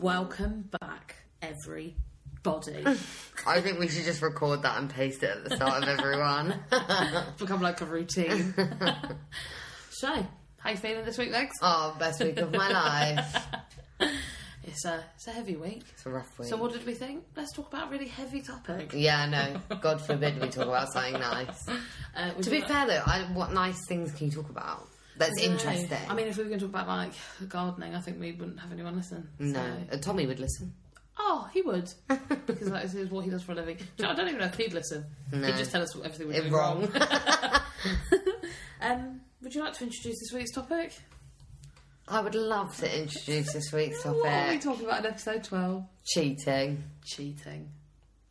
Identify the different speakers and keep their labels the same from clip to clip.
Speaker 1: Welcome back, everybody.
Speaker 2: I think we should just record that and paste it at the start of everyone.
Speaker 1: Become like a routine. so, how you feeling this week, Legs?
Speaker 2: oh, best week of my life.
Speaker 1: It's a it's a heavy week.
Speaker 2: It's a rough week.
Speaker 1: So, what did we think? Let's talk about a really heavy topic.
Speaker 2: yeah, no. God forbid we talk about something nice.
Speaker 1: Uh,
Speaker 2: To be fair though, I, what nice things can you talk about? That's interesting.
Speaker 1: I mean, if we were going to talk about like gardening, I think we wouldn't have anyone listen.
Speaker 2: no,
Speaker 1: So-
Speaker 2: Uh, Tommy would listen.
Speaker 1: Oh, he would. because that is what he does for a living. Do you know, I don't even know if he'd listen.
Speaker 2: No.
Speaker 1: He'd just tell us everything we're
Speaker 2: Eh,
Speaker 1: doing
Speaker 2: wrong.
Speaker 1: wrong. um, would you like to introduce this week's topic?
Speaker 2: I would love to introduce this week's
Speaker 1: What are we
Speaker 2: topic:
Speaker 1: talking about in episode 12?
Speaker 2: cheating.
Speaker 1: Cheating.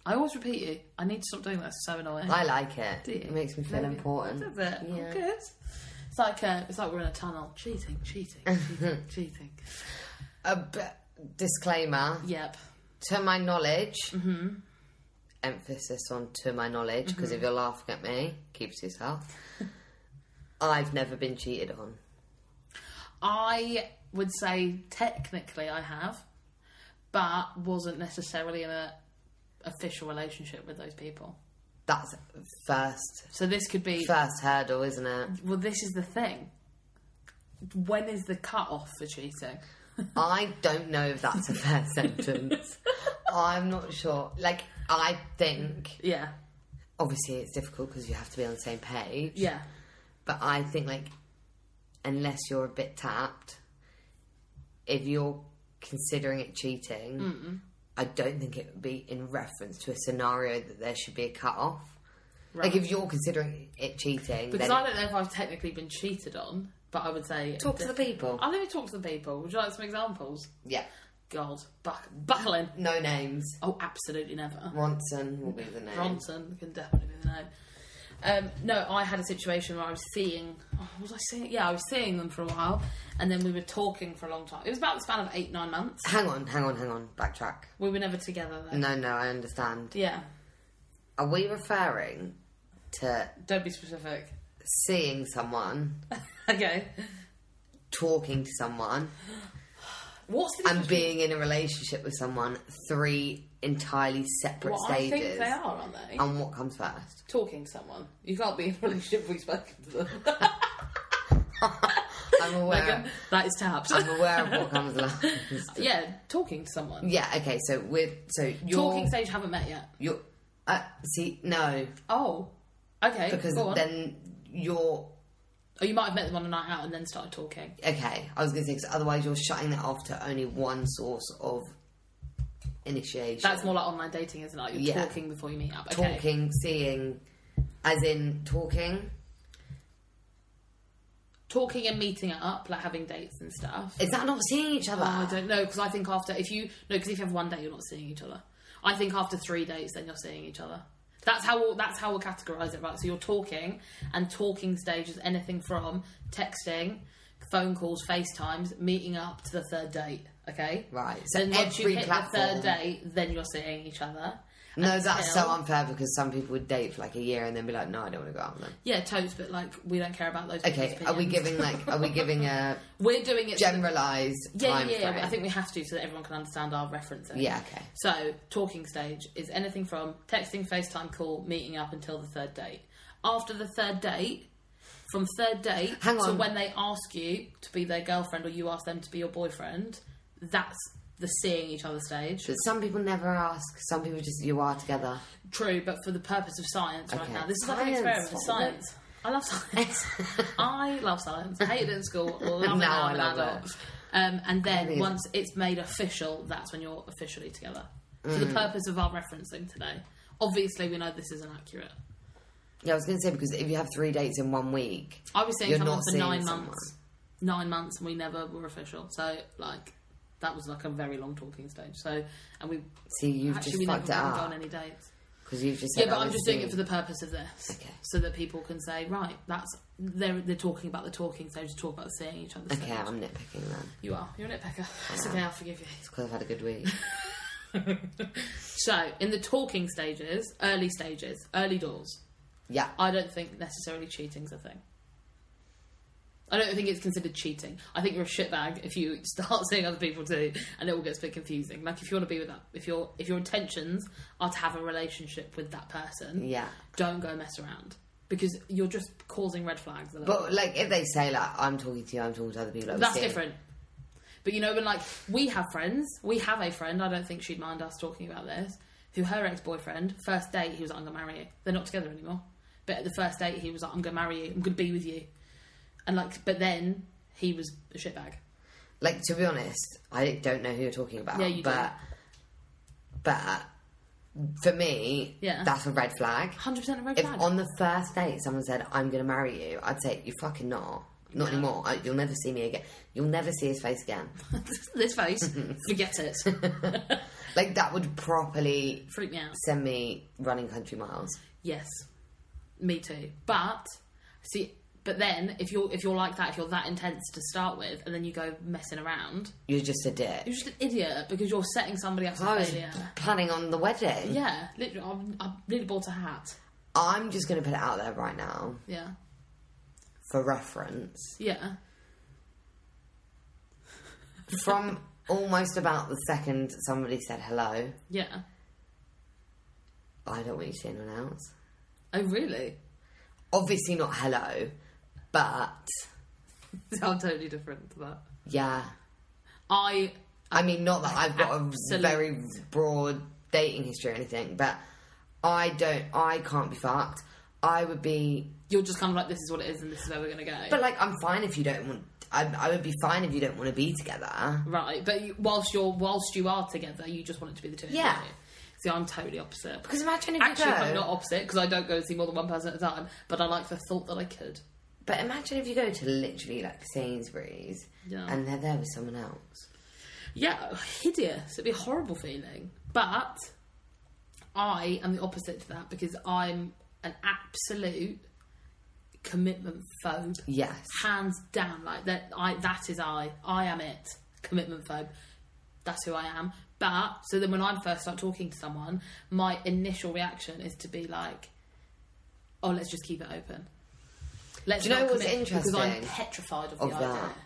Speaker 1: I always repeat you. I need to stop doing that. It's so annoying.
Speaker 2: I like it.
Speaker 1: Do you?
Speaker 2: It makes me feel
Speaker 1: Maybe.
Speaker 2: important.
Speaker 1: Does it? Oh,
Speaker 2: Yeah.
Speaker 1: good. It's like uh, it's like we're in a tunnel. Cheating, cheating, cheating, cheating.
Speaker 2: A b- disclaimer:
Speaker 1: Yep.
Speaker 2: to my knowledge, emphasis on to my knowledge, because if you're laughing at me, keep to yourself. I've never been cheated on.
Speaker 1: I would say technically I have, but wasn't necessarily in a official relationship with those people.
Speaker 2: That's first
Speaker 1: So this could be
Speaker 2: first hurdle, isn't it?
Speaker 1: well. This is the thing. When is the cut off for cheating?
Speaker 2: I don't know if that's a fair sentence. I'm not sure. Like, I think
Speaker 1: Yeah,
Speaker 2: obviously it's difficult because you have to be on the same page.
Speaker 1: yeah.
Speaker 2: But I think like, unless you're a bit tapped, if you're considering it cheating, I don't think it would be in reference to a scenario that there should be a cut off. Like if you're considering it cheating,
Speaker 1: Because
Speaker 2: then
Speaker 1: I don't know if I've technically been cheated on, but I would say
Speaker 2: talk to the people.
Speaker 1: I let me talk to the people. Would you like some examples?
Speaker 2: yeah,
Speaker 1: God, buck, buckling.
Speaker 2: no names.
Speaker 1: Oh, absolutely never.
Speaker 2: Ronson will be the name.
Speaker 1: Bronson can definitely be the name. Um, no, I had a situation where I was seeing. Oh, was I seeing? Yeah, I was seeing them for a while, and then we were talking for a long time. It was about the span of eight, nine months.
Speaker 2: Hang on, hang on, hang on. Backtrack.
Speaker 1: We were never together though.
Speaker 2: No, no, I understand.
Speaker 1: Yeah,
Speaker 2: Are we referring to
Speaker 1: don't be specific.
Speaker 2: seeing someone,
Speaker 1: Okay.
Speaker 2: talking to someone,
Speaker 1: What's the
Speaker 2: and
Speaker 1: difference?
Speaker 2: being in a relationship with someone three entirely separate
Speaker 1: Well, I
Speaker 2: stages. Um,
Speaker 1: think they are, aren't they?
Speaker 2: And what comes first?
Speaker 1: Talking to someone. You can't be in a relationship with spoken to them.
Speaker 2: I'm aware.
Speaker 1: that is tapped.
Speaker 2: I'm aware of what comes last.
Speaker 1: yeah, talking to someone.
Speaker 2: Yeah. Okay. So we're so you're
Speaker 1: Talking stage haven't met yet.
Speaker 2: you're uh, see no
Speaker 1: Oh, okay.
Speaker 2: because
Speaker 1: go on.
Speaker 2: then you're
Speaker 1: or you might have met them on a night out and then started talking.
Speaker 2: okay. I was gonna say 'cause otherwise you're shutting that off to only one source of initiation.
Speaker 1: That's more like online dating, isn't it? You're
Speaker 2: Yeah.
Speaker 1: talking before you meet up. Okay.
Speaker 2: talking, seeing, as in talking.
Speaker 1: Talking and meeting up, like having dates and stuff.
Speaker 2: Is that not seeing each other?
Speaker 1: I don't know because I think after if you no because if you have one date you're not seeing each other. I think after three dates then you're seeing each other. That's how we'll, that's how we'll categorize it, right? So you're talking, and talking stage is anything from texting, phone calls, FaceTimes, meeting up to the third date. Okay,
Speaker 2: Right, so
Speaker 1: then once you
Speaker 2: every
Speaker 1: hit the
Speaker 2: platform-
Speaker 1: third date, then you're seeing each other.
Speaker 2: No, that's so
Speaker 1: until-
Speaker 2: unfair because some people would date for like a year and then be like, no, I don't want to go out with them.
Speaker 1: Yeah, totes, but like we don't care about those.
Speaker 2: Okay,
Speaker 1: people's
Speaker 2: are we
Speaker 1: opinions.
Speaker 2: giving like, are we giving a
Speaker 1: We're doing it. so that-
Speaker 2: generalized
Speaker 1: yeah,
Speaker 2: time
Speaker 1: yeah, yeah.
Speaker 2: frame?
Speaker 1: but I think we have to so that everyone can understand our references.
Speaker 2: yeah, okay.
Speaker 1: So, talking stage is anything from texting, FaceTime call, meeting up until the third date. After the third date, from third date
Speaker 2: Hang
Speaker 1: to
Speaker 2: on.
Speaker 1: when they ask you to be their girlfriend or you ask them to be your boyfriend, that's the seeing each other stage.
Speaker 2: But some people never ask. Some people just you are together.
Speaker 1: True, but for the purpose of science right
Speaker 2: Okay.
Speaker 1: now, this is like an
Speaker 2: Science,
Speaker 1: experiment.
Speaker 2: what
Speaker 1: Science. I love science. I love science. Hated it in school. Love it
Speaker 2: Now
Speaker 1: now.
Speaker 2: I
Speaker 1: I'm an
Speaker 2: love
Speaker 1: adult. Um, and then
Speaker 2: think it's-
Speaker 1: once it's made official, that's when you're officially together. For
Speaker 2: Mm.
Speaker 1: the purpose of our referencing today, obviously we know this isn't accurate.
Speaker 2: Yeah, I was gonna say because if you have three dates in one week,
Speaker 1: I was seeing
Speaker 2: You're
Speaker 1: someone
Speaker 2: not
Speaker 1: for
Speaker 2: seeing
Speaker 1: nine
Speaker 2: someone.
Speaker 1: months. Nine months, and we never were official. So like, that was like a very long talking stage. So and we
Speaker 2: see, you've
Speaker 1: actually
Speaker 2: just
Speaker 1: we never
Speaker 2: fucked it
Speaker 1: went on
Speaker 2: up
Speaker 1: any dates.
Speaker 2: because you've just
Speaker 1: Yeah,
Speaker 2: said,
Speaker 1: but
Speaker 2: oh,
Speaker 1: I'm
Speaker 2: this
Speaker 1: just
Speaker 2: is
Speaker 1: doing
Speaker 2: me.
Speaker 1: it for the purpose of this,
Speaker 2: Okay.
Speaker 1: so that people can say, right, that's they're they're talking about the talking stage, to talk about seeing each other.
Speaker 2: Okay, I'm nitpicking then.
Speaker 1: you are you're a nitpicker. It's okay, I'll forgive you.
Speaker 2: It's because I've had a good week.
Speaker 1: So in the talking stages, early stages, early doors,
Speaker 2: yeah,
Speaker 1: I don't think necessarily cheating's a thing. I don't think it's considered cheating. I think you're a shitbag if you start seeing other people too, and it all gets a bit confusing. Like if you want to be with that, if your if your intentions are to have a relationship with that person,
Speaker 2: Yeah.
Speaker 1: don't go mess around because you're just causing red flags. A little
Speaker 2: But like, if they say like, "I'm talking to you," "I'm talking to other people," like, we
Speaker 1: That's
Speaker 2: see it.
Speaker 1: different. But you know, when like we have friends, we have a friend. I don't think she'd mind us talking about this. Who her ex boyfriend first date he was like, I'm gonna marry you. They're not together anymore. But at the first date he was like, I'm gonna marry you. I'm gonna be with you. And like, but then he was a shitbag.
Speaker 2: Like to be honest, I don't know who you're talking about.
Speaker 1: Yeah, you
Speaker 2: but, But for me,
Speaker 1: Yeah.
Speaker 2: that's a red flag.
Speaker 1: Hundred percent a red
Speaker 2: If
Speaker 1: flag.
Speaker 2: on the first date someone said, "I'm going to marry you," I'd say, "You're fucking not. Not anymore. I, you'll never see me again. You'll never see his face again."
Speaker 1: this face, forget it.
Speaker 2: like that would properly
Speaker 1: Freak me out.
Speaker 2: send me running country miles.
Speaker 1: Yes, me too. But see, but then if you're if you're like that, if you're that intense to start with, and then you go messing around,
Speaker 2: You're just a dick.
Speaker 1: you're just an idiot because you're setting somebody up for
Speaker 2: I was
Speaker 1: failure.
Speaker 2: planning on the wedding.
Speaker 1: Yeah, literally, I'm, I really bought a hat.
Speaker 2: I'm just going to put it out there right now
Speaker 1: Yeah,
Speaker 2: for reference.
Speaker 1: yeah,
Speaker 2: From almost about the second somebody said hello,
Speaker 1: yeah.
Speaker 2: I don't want you to see anyone else.
Speaker 1: Oh, really?
Speaker 2: Obviously not hello, but
Speaker 1: Sound totally different to that.
Speaker 2: yeah.
Speaker 1: I
Speaker 2: I mean, not that I've got a
Speaker 1: Absolute-
Speaker 2: very broad dating history or anything, but I don't. I can't be fucked. I would be,
Speaker 1: you're just kind of like this is what it is, and this is where we're gonna go.
Speaker 2: but like, I'm fine if you don't want. I, I would be fine if you don't want to be together.
Speaker 1: right, but you, whilst you're whilst you are together, you just want it to be the two. of
Speaker 2: Yeah.
Speaker 1: you. See, I'm totally opposite.
Speaker 2: Because imagine if
Speaker 1: Actually,
Speaker 2: you go,
Speaker 1: I'm not opposite because I don't go and see more than one person at a time. But I like the thought that I could.
Speaker 2: but imagine if you go to literally like Sainsbury's
Speaker 1: Yeah.
Speaker 2: and they're there with someone else.
Speaker 1: Yeah, hideous. It'd be a horrible feeling. But I am the opposite to that because I'm an absolute commitment phobe.
Speaker 2: Yes,
Speaker 1: Hands down, like that. I that is I. I am it. Commitment phobe. That's who I am. But so then, when I first start talking to someone, my initial reaction is to be like, "Oh, let's just keep it open." Let's
Speaker 2: Do you know
Speaker 1: not
Speaker 2: what's
Speaker 1: commit," Because I'm
Speaker 2: interesting
Speaker 1: petrified of the
Speaker 2: of
Speaker 1: idea.
Speaker 2: that.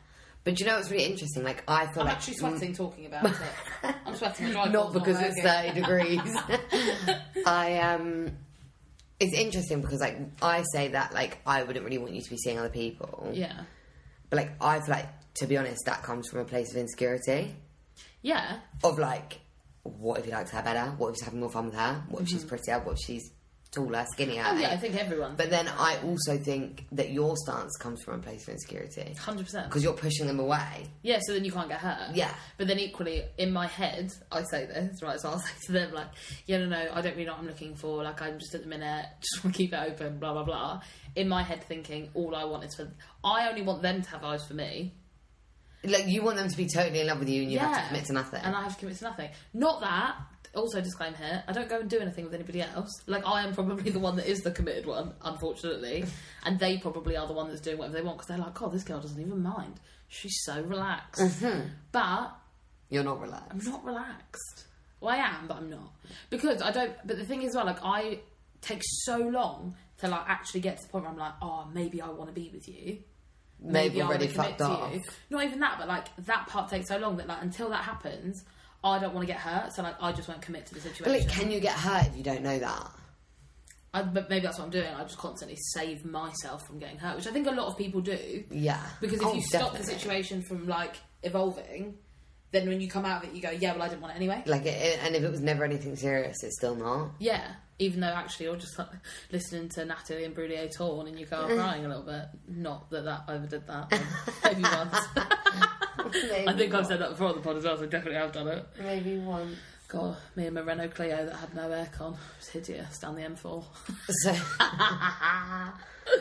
Speaker 2: But you know what's really interesting? Like I feel
Speaker 1: I'm
Speaker 2: like
Speaker 1: actually sweating talking about it. I'm sweating. My
Speaker 2: not because it's
Speaker 1: that.
Speaker 2: thirty degrees. I um, it's interesting because like I say that like I wouldn't really want you to be seeing other people,
Speaker 1: Yeah,
Speaker 2: but like I feel like to be honest that comes from a place of insecurity
Speaker 1: yeah,
Speaker 2: of like what if he likes her better? What if he's having more fun with her? What if she's prettier? What if she's taller, skinnier?
Speaker 1: Mm-hmm. oh, yeah. I think everyone,
Speaker 2: But then I also think that your stance comes from a place of insecurity
Speaker 1: hundred percent.
Speaker 2: because you're pushing them away.
Speaker 1: Yeah, so then you can't get hurt.
Speaker 2: Yeah.
Speaker 1: But then equally, in my head, I say this, right? So I'll say to them, like, yeah, no, no, I don't really know what I'm looking for. Like, I'm just at the minute, just want to keep it open, blah, blah, blah. In my head, thinking, all I want is for, I only want them to have eyes for me.
Speaker 2: Like you want them to be totally in love with you, and you have
Speaker 1: Yeah.
Speaker 2: to commit to nothing.
Speaker 1: And I have to commit to nothing. Not that, also disclaim here, I don't go and do anything with anybody else. Like, I am probably the one that is the committed one, unfortunately. and they probably are the one that's doing whatever they want because they're like, God, this girl doesn't even mind. She's so relaxed. But
Speaker 2: You're not relaxed.
Speaker 1: I'm not relaxed. Well, I am, but I'm not because I don't. But the thing is, well, like I take so long to like actually get to the point where I'm like, oh, maybe I want to be with you.
Speaker 2: Maybe
Speaker 1: I
Speaker 2: already
Speaker 1: wanna commit
Speaker 2: fucked off.
Speaker 1: you. Not even that, but like that part takes so long that like until that happens, I don't want to get hurt. So like I just won't commit to the
Speaker 2: But
Speaker 1: situation.
Speaker 2: like, can you get hurt if you don't know that?
Speaker 1: I, but maybe that's what I'm doing. I just constantly save myself from getting hurt, which I think a lot of people do.
Speaker 2: Yeah.
Speaker 1: Because if
Speaker 2: Oh,
Speaker 1: you stop the
Speaker 2: definitely.
Speaker 1: situation from like evolving, then when you come out of it, you go, yeah, well, I didn't want it anyway.
Speaker 2: Like, it- it, and if it was never anything serious, it's still not.
Speaker 1: Yeah, even though actually you're just like listening to Natalie and Brulier Torn in your car
Speaker 2: Mm.
Speaker 1: crying a little bit. Not that that I ever did that. but Maybe once. I think I've said that before on the pod as well, so definitely have done it.
Speaker 2: Maybe one.
Speaker 1: God, me and my Renault Clio that had no aircon. It was hideous down the M4.
Speaker 2: So,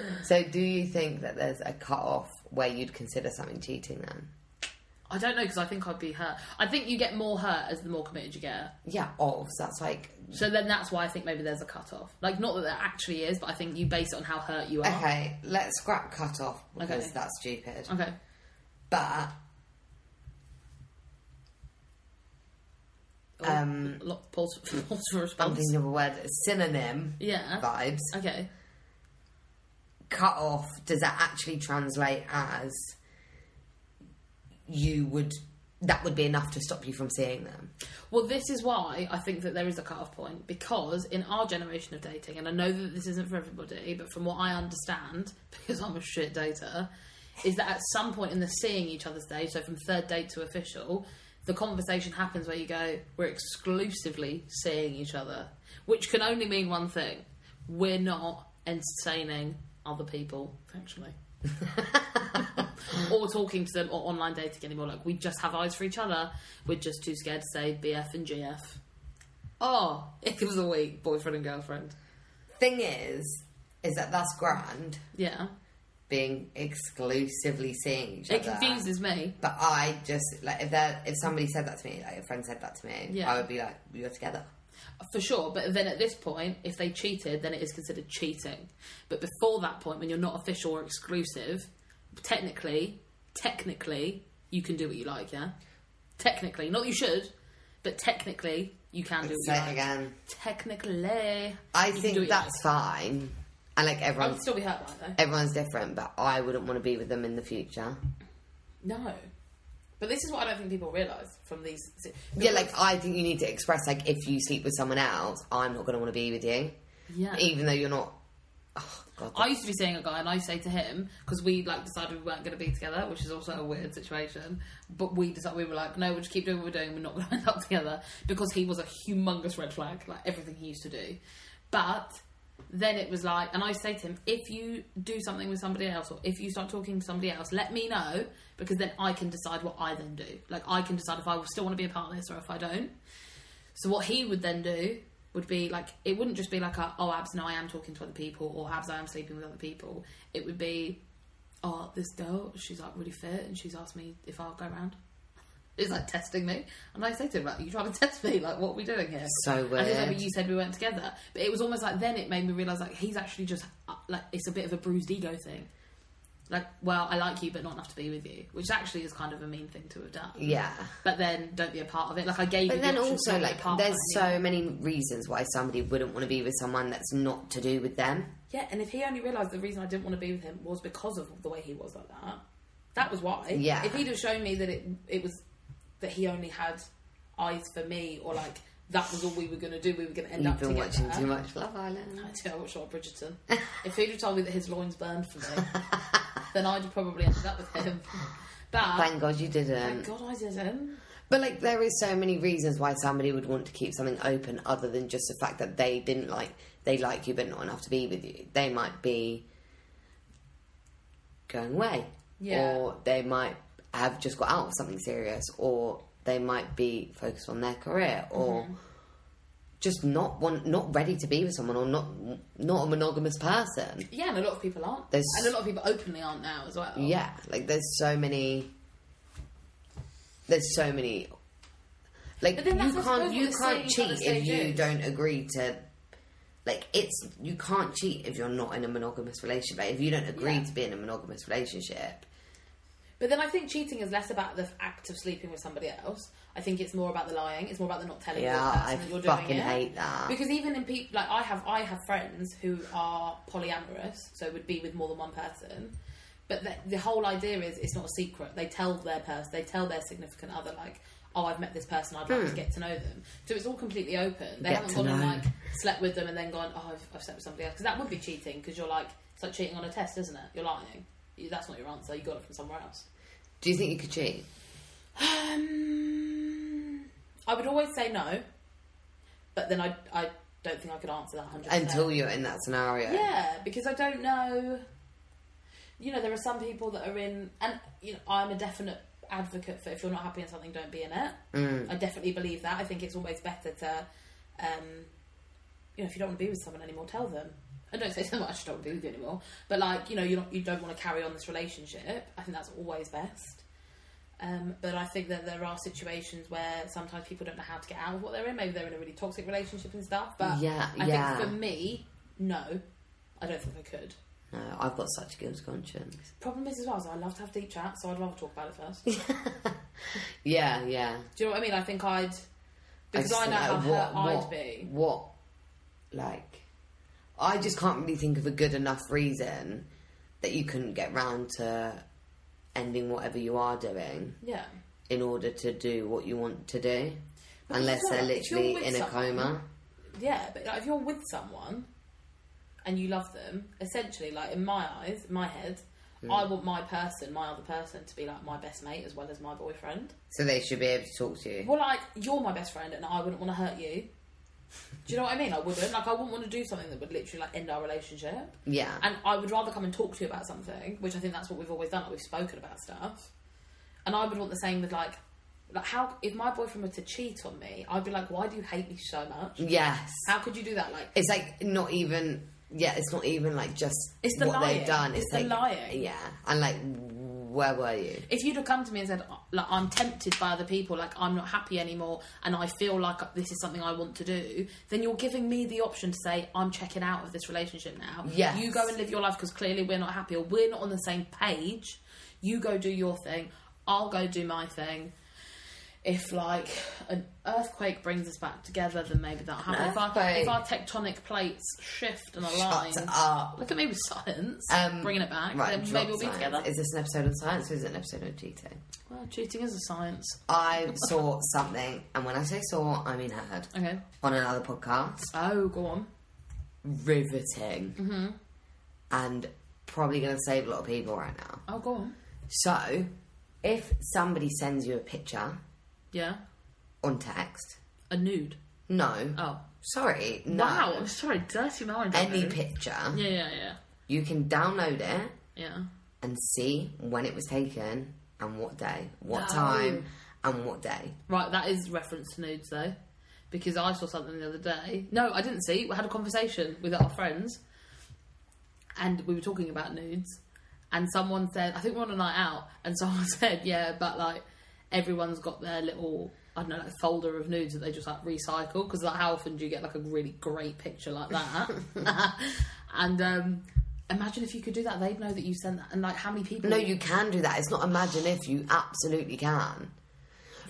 Speaker 2: so do you think that there's a cut off where you'd consider something cheating then?
Speaker 1: I don't know because I think I'd be hurt. I think you get more hurt as the more committed you get.
Speaker 2: Yeah, of. So that's like,
Speaker 1: So then that's why I think maybe there's a cut off. Like, not that there actually is, but I think you base it on how hurt you are.
Speaker 2: okay, let's scrap cut off because
Speaker 1: Okay.
Speaker 2: that's stupid.
Speaker 1: Okay.
Speaker 2: But
Speaker 1: Oh,
Speaker 2: Um,
Speaker 1: lo- pause, pause for
Speaker 2: I'm
Speaker 1: response.
Speaker 2: thinking of a word, synonym
Speaker 1: Yeah.
Speaker 2: vibes.
Speaker 1: Okay.
Speaker 2: cut off, does that actually translate as you would that would be enough to stop you from seeing them?
Speaker 1: Well, this is why I think that there is a cut off point because in our generation of dating, and I know that this isn't for everybody, but from what I understand, because I'm a shit dater, is that at some point in the seeing each other's day, so from third date to official, the conversation happens where you go, we're exclusively seeing each other, which can only mean one thing we're not entertaining other people actually, or talking to them or online dating anymore. Like, we just have eyes for each other. We're just too scared to say BF and GF. Oh, it gives a week, boyfriend and girlfriend.
Speaker 2: Thing is, is that that's grand
Speaker 1: Yeah.
Speaker 2: being exclusively seeing each
Speaker 1: It
Speaker 2: other.
Speaker 1: confuses me.
Speaker 2: But I just like if that if somebody said that to me, like a friend said that to me,
Speaker 1: Yeah.
Speaker 2: I would be like, "You're together."
Speaker 1: For sure, but then at this point, if they cheated, then it is considered cheating. But before that point, when you're not official or exclusive, technically, technically, you can do what you like, yeah? Technically. Not that you should, but technically, you can do what you
Speaker 2: Say it
Speaker 1: like.
Speaker 2: again.
Speaker 1: Technically.
Speaker 2: I
Speaker 1: you can do Oh. what
Speaker 2: think
Speaker 1: you
Speaker 2: that's fine, and like
Speaker 1: like. I would
Speaker 2: everyone's
Speaker 1: still be hurt by it, though.
Speaker 2: everyone's different, but I wouldn't want to be with them in the future.
Speaker 1: No. But this is what I don't think people realise from these.
Speaker 2: Yeah, like I think you need to express like if you sleep with someone else, I'm not going to want to be with you,
Speaker 1: Yeah.
Speaker 2: even though you're not. Oh god,
Speaker 1: I used to be seeing a guy, and I say to him because we like decided we weren't going to be together, which is also a weird situation. But we decided we were like, no, we'll just keep doing what we're doing. We're not going to end up together because he was a humongous red flag, like everything he used to do. But then it was like, and I say to him, if you do something with somebody else, or if you start talking to somebody else, let me know because then I can decide what I then do. Like I can decide if I still want to be a part of this or if I don't. So what he would then do would be like it wouldn't just be like a, oh abs no I am talking to other people or abs I am sleeping with other people. It would be oh this girl she's like really fit and she's asked me if I'll go around. It's like testing me, and I say to him, "Like, you trying to test me? Like, what are we doing here?"
Speaker 2: So
Speaker 1: And he's like,
Speaker 2: weird.
Speaker 1: "But you said we weren't together." But it was almost like then it made me realize like he's actually just uh, like it's a bit of a bruised ego thing. Like, well, I like you, but not enough to be with you, which actually is kind of a mean thing to have done.
Speaker 2: yeah.
Speaker 1: But then don't be a part of it. Like I gave. you
Speaker 2: But
Speaker 1: the
Speaker 2: then
Speaker 1: option to
Speaker 2: also,
Speaker 1: not be a
Speaker 2: like,
Speaker 1: part of
Speaker 2: there's
Speaker 1: it.
Speaker 2: so many reasons why somebody wouldn't want to be with someone that's not to do with them.
Speaker 1: Yeah, and if he only realised the reason I didn't want to be with him was because of the way he was like that, that was why.
Speaker 2: Yeah.
Speaker 1: If he'd have shown me that it it was that he only had eyes for me, or like that was all we were going to do, we were going to end
Speaker 2: You've
Speaker 1: up
Speaker 2: been
Speaker 1: together.
Speaker 2: watching too much Love Island.
Speaker 1: I do. I watched a lot of Bridgerton. if he'd have told me that his loins burned for me, then I'd have probably ended up with him. But
Speaker 2: Thank God you
Speaker 1: thank
Speaker 2: didn't.
Speaker 1: God I didn't.
Speaker 2: But like, there is so many reasons why somebody would want to keep something open other than just the fact that they didn't like they like you, but not enough to be with you. They might be going away,
Speaker 1: Yeah.
Speaker 2: or they might have just got out of something serious, or they might be focused on their career, or just not want, not ready to be with someone, or not not a monogamous person.
Speaker 1: Yeah, and a lot of people aren't,
Speaker 2: There's-
Speaker 1: and a lot of people openly aren't now as well.
Speaker 2: Yeah, like there's so many. There's so many. Like
Speaker 1: But
Speaker 2: you
Speaker 1: then that's, I suppose,
Speaker 2: can't
Speaker 1: what
Speaker 2: you
Speaker 1: the
Speaker 2: can't
Speaker 1: saying about
Speaker 2: cheat
Speaker 1: the
Speaker 2: if you
Speaker 1: stages.
Speaker 2: don't agree to. Like it's you can't cheat if you're not in a monogamous relationship. Like, if you don't agree
Speaker 1: Yeah.
Speaker 2: to be in a monogamous relationship,
Speaker 1: But then I think cheating is less about the act of sleeping with somebody else. I think it's more about the lying. It's more about the not telling
Speaker 2: yeah,
Speaker 1: the person
Speaker 2: I
Speaker 1: that you're doing
Speaker 2: fucking
Speaker 1: it.
Speaker 2: hate that.
Speaker 1: Because even in people like I have, I have friends who are polyamorous, so would be with more than one person. But the, the whole idea is it's not a secret. They tell their person, they tell their significant other, like, "Oh, I've met this person. I'd like to get to know them." So it's all completely open. They
Speaker 2: Hmm. Get
Speaker 1: haven't
Speaker 2: to
Speaker 1: gone and
Speaker 2: know.
Speaker 1: like slept with them and then gone, "Oh, I've, I've slept with somebody else." Because that would be cheating. Because you're like, it's like cheating on a test, isn't it? You're lying. You- That's not your answer. You got it from somewhere else.
Speaker 2: Do you think you could cheat?
Speaker 1: Um, I would always say no, but then I, I don't think I could answer that 100%.
Speaker 2: Until you're in that scenario,
Speaker 1: Yeah, because I don't know. You know, there are some people that are in, and you know, I'm a definite advocate for if you're not happy in something, don't be in it.
Speaker 2: Mm.
Speaker 1: I definitely believe that. I think it's always better to, um, you know, if you don't want to be with someone anymore, tell them. And don't say so much. I just don't want to be with you anymore. But like, you know, you don't you don't want to carry on this relationship. I think that's always best. Um, but I think that there are situations where sometimes people don't know how to get out of what they're in. Maybe they're in a really toxic relationship and stuff. But
Speaker 2: yeah,
Speaker 1: I
Speaker 2: yeah.
Speaker 1: think for me, no, I don't think I could.
Speaker 2: no, I've got such a guilty conscience.
Speaker 1: Problem is as well, is I love to have deep chat, so I'd rather talk about it first. Do
Speaker 2: Yeah, yeah.
Speaker 1: you know what I mean? I think I'd because
Speaker 2: just
Speaker 1: I, know
Speaker 2: think,
Speaker 1: how
Speaker 2: like,
Speaker 1: hurt I'd
Speaker 2: what,
Speaker 1: be.
Speaker 2: What, like, I just can't really think of a good enough reason that you couldn't get round to ending whatever you are doing
Speaker 1: Yeah.
Speaker 2: in order to do what you want to do,
Speaker 1: But
Speaker 2: unless
Speaker 1: as well,
Speaker 2: they're
Speaker 1: if you're
Speaker 2: literally
Speaker 1: with
Speaker 2: in a
Speaker 1: someone-
Speaker 2: coma.
Speaker 1: Yeah, but like, if you're with someone and you love them, essentially, like in my eyes, in my head, I want my person, my other person, to be like my best mate as well as my boyfriend.
Speaker 2: So they should be able to talk to you.
Speaker 1: Well, like you're my best friend, and I wouldn't want to hurt you. Do you know what I mean? I wouldn't. Like I wouldn't want to do something that would literally like end our relationship.
Speaker 2: Yeah.
Speaker 1: And I would rather come and talk to you about something, which I think that's what we've always done. Like we've spoken about stuff, and I would want the same with like, like how if my boyfriend were to cheat on me, I'd be like, why do you hate me so much?
Speaker 2: yes.
Speaker 1: How could you do that? Like
Speaker 2: It's like not even. Yeah, it's not even like just
Speaker 1: It's the
Speaker 2: what
Speaker 1: lying.
Speaker 2: they've done. It's,
Speaker 1: It's the
Speaker 2: like
Speaker 1: lying.
Speaker 2: Yeah, and like where were you?
Speaker 1: if you'd have come to me and said "Oh, like i'm tempted by other people like i'm not happy anymore and i feel like this is something i want to do then you're giving me the option to say i'm checking out of this relationship now
Speaker 2: Yes.
Speaker 1: you go and live your life because clearly we're not happy or we're not on the same page you go do your thing i'll go do my thing if like an earthquake brings us back together then maybe that'll happen if our,
Speaker 2: earthquake.
Speaker 1: if our tectonic plates shift and align
Speaker 2: Shut up.
Speaker 1: look at me with science
Speaker 2: Um,
Speaker 1: bringing it back
Speaker 2: Right,
Speaker 1: then
Speaker 2: drop
Speaker 1: maybe we'll be
Speaker 2: science.
Speaker 1: together
Speaker 2: Is this an episode on science or is it an episode on cheating?
Speaker 1: well cheating is a science
Speaker 2: I saw something, and when I say saw, I mean heard
Speaker 1: okay
Speaker 2: on another podcast.
Speaker 1: Oh, go on.
Speaker 2: Riveting, mm-hmm. and probably going to save a lot of people right now.
Speaker 1: Oh, go on.
Speaker 2: So, if somebody sends you a picture
Speaker 1: Yeah.
Speaker 2: on text,
Speaker 1: A nude.
Speaker 2: no,
Speaker 1: Oh.
Speaker 2: sorry, no,
Speaker 1: Wow, E I'm sorry, dirty mind. I
Speaker 2: any
Speaker 1: know.
Speaker 2: picture,
Speaker 1: Yeah, yeah, yeah.
Speaker 2: you can download it
Speaker 1: Yeah.
Speaker 2: and see when it was taken and what day, what
Speaker 1: No.
Speaker 2: time, and what day.
Speaker 1: Right, that is reference to nudes though. Because I saw something the other day. No, I didn't see. We had a conversation with our friends and we were talking about nudes. And someone said, I think we we're on a night out, and someone said, yeah, but like everyone's got their little, I don't know, like folder of nudes that they just like recycle. Because like, how often do you get like a really great picture like that? and um, imagine if you could do that, they'd know that you sent that. And like how many people.
Speaker 2: No, you can do that. It's not imagine if you absolutely can.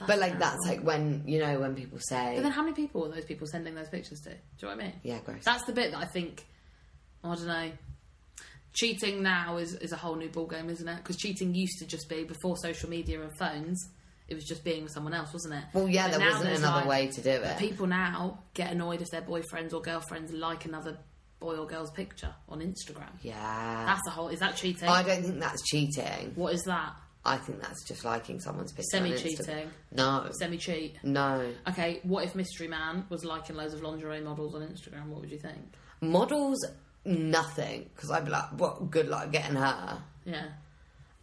Speaker 2: but like that's like when you know when people say
Speaker 1: But then how many people were those people sending those pictures to? Do you know what I mean?
Speaker 2: yeah gross.
Speaker 1: That's the bit that I think. I don't know. Cheating now is is a whole new ball game, isn't it? Because cheating used to just be before social media and phones. It was just being with someone else, wasn't it?
Speaker 2: well, yeah,
Speaker 1: But
Speaker 2: there
Speaker 1: now
Speaker 2: wasn't
Speaker 1: there's,
Speaker 2: another
Speaker 1: like,
Speaker 2: way to do it.
Speaker 1: People now get annoyed if their boyfriends or girlfriends like another boy or girl's picture on Instagram.
Speaker 2: yeah, Oh,
Speaker 1: That's a whole. Is that cheating?
Speaker 2: I don't think that's cheating.
Speaker 1: what is that?
Speaker 2: I think that's just liking someone's picture. on
Speaker 1: Semi-cheating.
Speaker 2: Instagram. No,
Speaker 1: Semi cheat.
Speaker 2: no.
Speaker 1: Okay, what if Mystery Man was liking loads of lingerie models on Instagram? What would you think?
Speaker 2: Models, nothing. Because I'd be like, what? Good luck getting her.
Speaker 1: Yeah.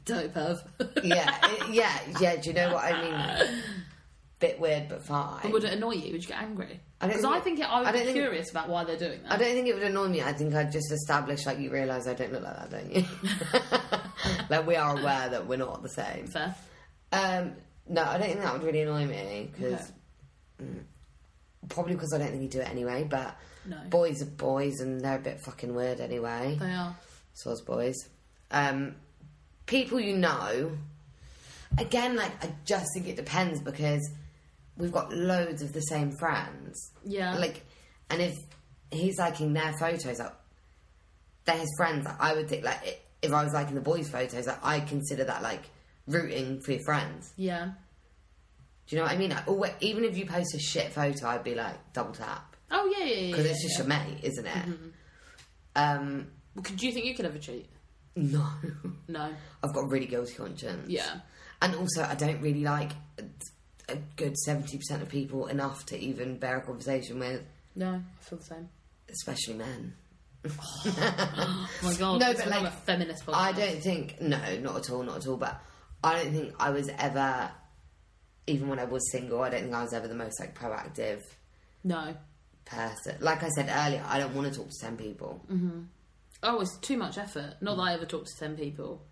Speaker 1: Dope perv.
Speaker 2: Yeah, it- yeah, yeah. Do you know what I mean? Bit weird, but fine.
Speaker 1: Would it annoy you? Would you get angry?
Speaker 2: I don't
Speaker 1: Because
Speaker 2: think
Speaker 1: I
Speaker 2: it-
Speaker 1: think it, I
Speaker 2: I
Speaker 1: would
Speaker 2: don't
Speaker 1: be
Speaker 2: think-
Speaker 1: curious about why they're doing
Speaker 2: I
Speaker 1: that.
Speaker 2: don't think it would annoy me. I think I'd just establish, like, you realise I don't look like that, don't you? like, we are aware that we're not the same.
Speaker 1: Fair.
Speaker 2: Um, no, I don't think that would really annoy me because
Speaker 1: Okay.
Speaker 2: probably because I don't think he'd do it anyway. But
Speaker 1: No.
Speaker 2: boys are boys, and they're a bit fucking weird anyway.
Speaker 1: They are.
Speaker 2: So as boys, um, people you know. Again, like I just think it depends because we've got loads of the same friends.
Speaker 1: Yeah.
Speaker 2: Like, and if he's liking their photos, like, they're his friends. Like, I would think, like, i- if I was liking the boys' photos, like, I consider that, like, rooting for your friends.
Speaker 1: Yeah.
Speaker 2: Do you know what I mean? Like, alwa- even if you post a shit photo, I'd be like, double tap.
Speaker 1: Oh yeah, yeah, yeah.
Speaker 2: Because
Speaker 1: yeah,
Speaker 2: it's just
Speaker 1: yeah. Mm-hmm.
Speaker 2: your mate, isn't it? Um,
Speaker 1: Well, could- do you think you could ever cheat?
Speaker 2: no.
Speaker 1: No.
Speaker 2: I've got a really guilty conscience.
Speaker 1: Yeah.
Speaker 2: And also, I don't really like a- a good 70% of people enough to even bear a conversation with,
Speaker 1: No. I feel the same.
Speaker 2: especially men.
Speaker 1: Oh my god.
Speaker 2: No,
Speaker 1: this
Speaker 2: but,
Speaker 1: is not
Speaker 2: like,
Speaker 1: a feminist podcast.
Speaker 2: I don't think no, not at all, not at all. But I don't think I was ever, even when I was single, I don't think I was ever the most like proactive
Speaker 1: No.
Speaker 2: person. Like I said earlier, I don't want to talk to ten people,
Speaker 1: Mm. Oh, it's too much effort. Not that I ever talk to ten people,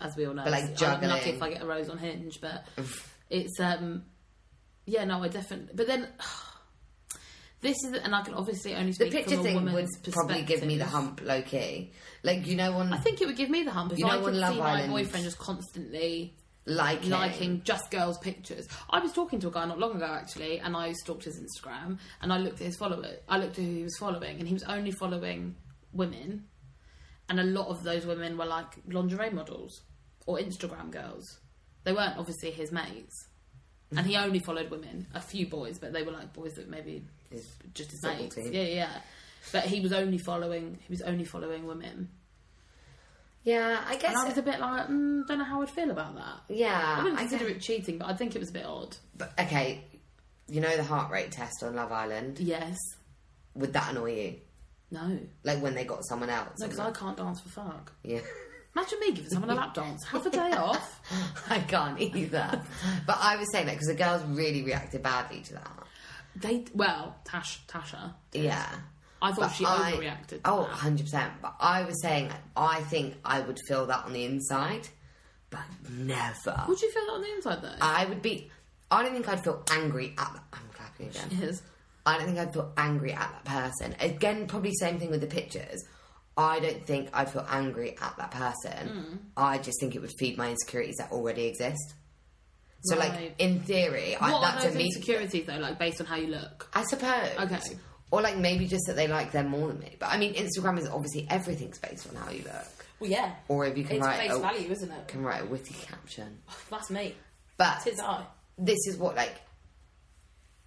Speaker 1: as we all know.
Speaker 2: But, like,
Speaker 1: I'm lucky
Speaker 2: juggling.
Speaker 1: if I get a rose on Hinge, but it's um, yeah, no, I definitely. But then this is, and I can obviously only
Speaker 2: The
Speaker 1: speak
Speaker 2: picture
Speaker 1: from a
Speaker 2: thing would
Speaker 1: woman's
Speaker 2: probably give me the
Speaker 1: perspective.
Speaker 2: hump, low key. Like you know,
Speaker 1: I
Speaker 2: on
Speaker 1: think it would give me the hump if
Speaker 2: You know
Speaker 1: I
Speaker 2: on
Speaker 1: could see
Speaker 2: Love
Speaker 1: my
Speaker 2: Island-
Speaker 1: boyfriend just constantly
Speaker 2: liking,
Speaker 1: liking just girls' pictures. I was talking to a guy not long ago actually, and I stalked his Instagram and I looked at his followers. I looked at who he was following, and he was only following women. and a lot of those women were like lingerie models or Instagram girls. They weren't obviously his mates, and he only followed women, a few boys, but they were like boys that maybe
Speaker 2: His
Speaker 1: just his
Speaker 2: football
Speaker 1: mates.
Speaker 2: team.
Speaker 1: Yeah, yeah. But he was only following. He was only following women,
Speaker 2: Yeah, I guess.
Speaker 1: and I was a bit like, mm, don't know how I'd feel about that. I
Speaker 2: yeah,
Speaker 1: wouldn't
Speaker 2: I
Speaker 1: consider
Speaker 2: guess,
Speaker 1: it cheating, but I think it was a bit odd.
Speaker 2: but, okay. You know the heart rate test on Love Island?
Speaker 1: Yes.
Speaker 2: Would that annoy you?
Speaker 1: No. No,
Speaker 2: Like when they got someone else?
Speaker 1: because I can't dance for fuck.
Speaker 2: yeah.
Speaker 1: Imagine me giving someone a lap dance. Have a day off.
Speaker 2: I can't either. but I was saying that because the girls really reacted badly to that.
Speaker 1: They well, Tash, Tasha.
Speaker 2: Yeah.
Speaker 1: I thought she
Speaker 2: I-
Speaker 1: overreacted. to
Speaker 2: Oh,
Speaker 1: that.
Speaker 2: 100%. But I was saying, like, I think I would feel that on the inside, but never.
Speaker 1: Would you feel that on the inside though?
Speaker 2: I would be. I don't think I'd feel angry at that. I'm clapping again.
Speaker 1: Yes.
Speaker 2: I don't think I'd feel angry at that person. Again, probably same thing with the pictures. I don't think I'd feel angry at that
Speaker 1: Mm.
Speaker 2: person. I just think it would feed my insecurities that already exist. So,
Speaker 1: Right.
Speaker 2: like in theory, I,
Speaker 1: What
Speaker 2: that's
Speaker 1: are
Speaker 2: a
Speaker 1: those
Speaker 2: me.
Speaker 1: insecurities though, like based on how you look?
Speaker 2: I suppose.
Speaker 1: Okay.
Speaker 2: Or like maybe just that they like them more than me. But I mean, Instagram is obviously everything's based on how you look,
Speaker 1: Well, yeah.
Speaker 2: or if you can write oh. a,
Speaker 1: value, isn't it?
Speaker 2: can write a witty caption.
Speaker 1: That's me.
Speaker 2: But
Speaker 1: eye.
Speaker 2: this is what like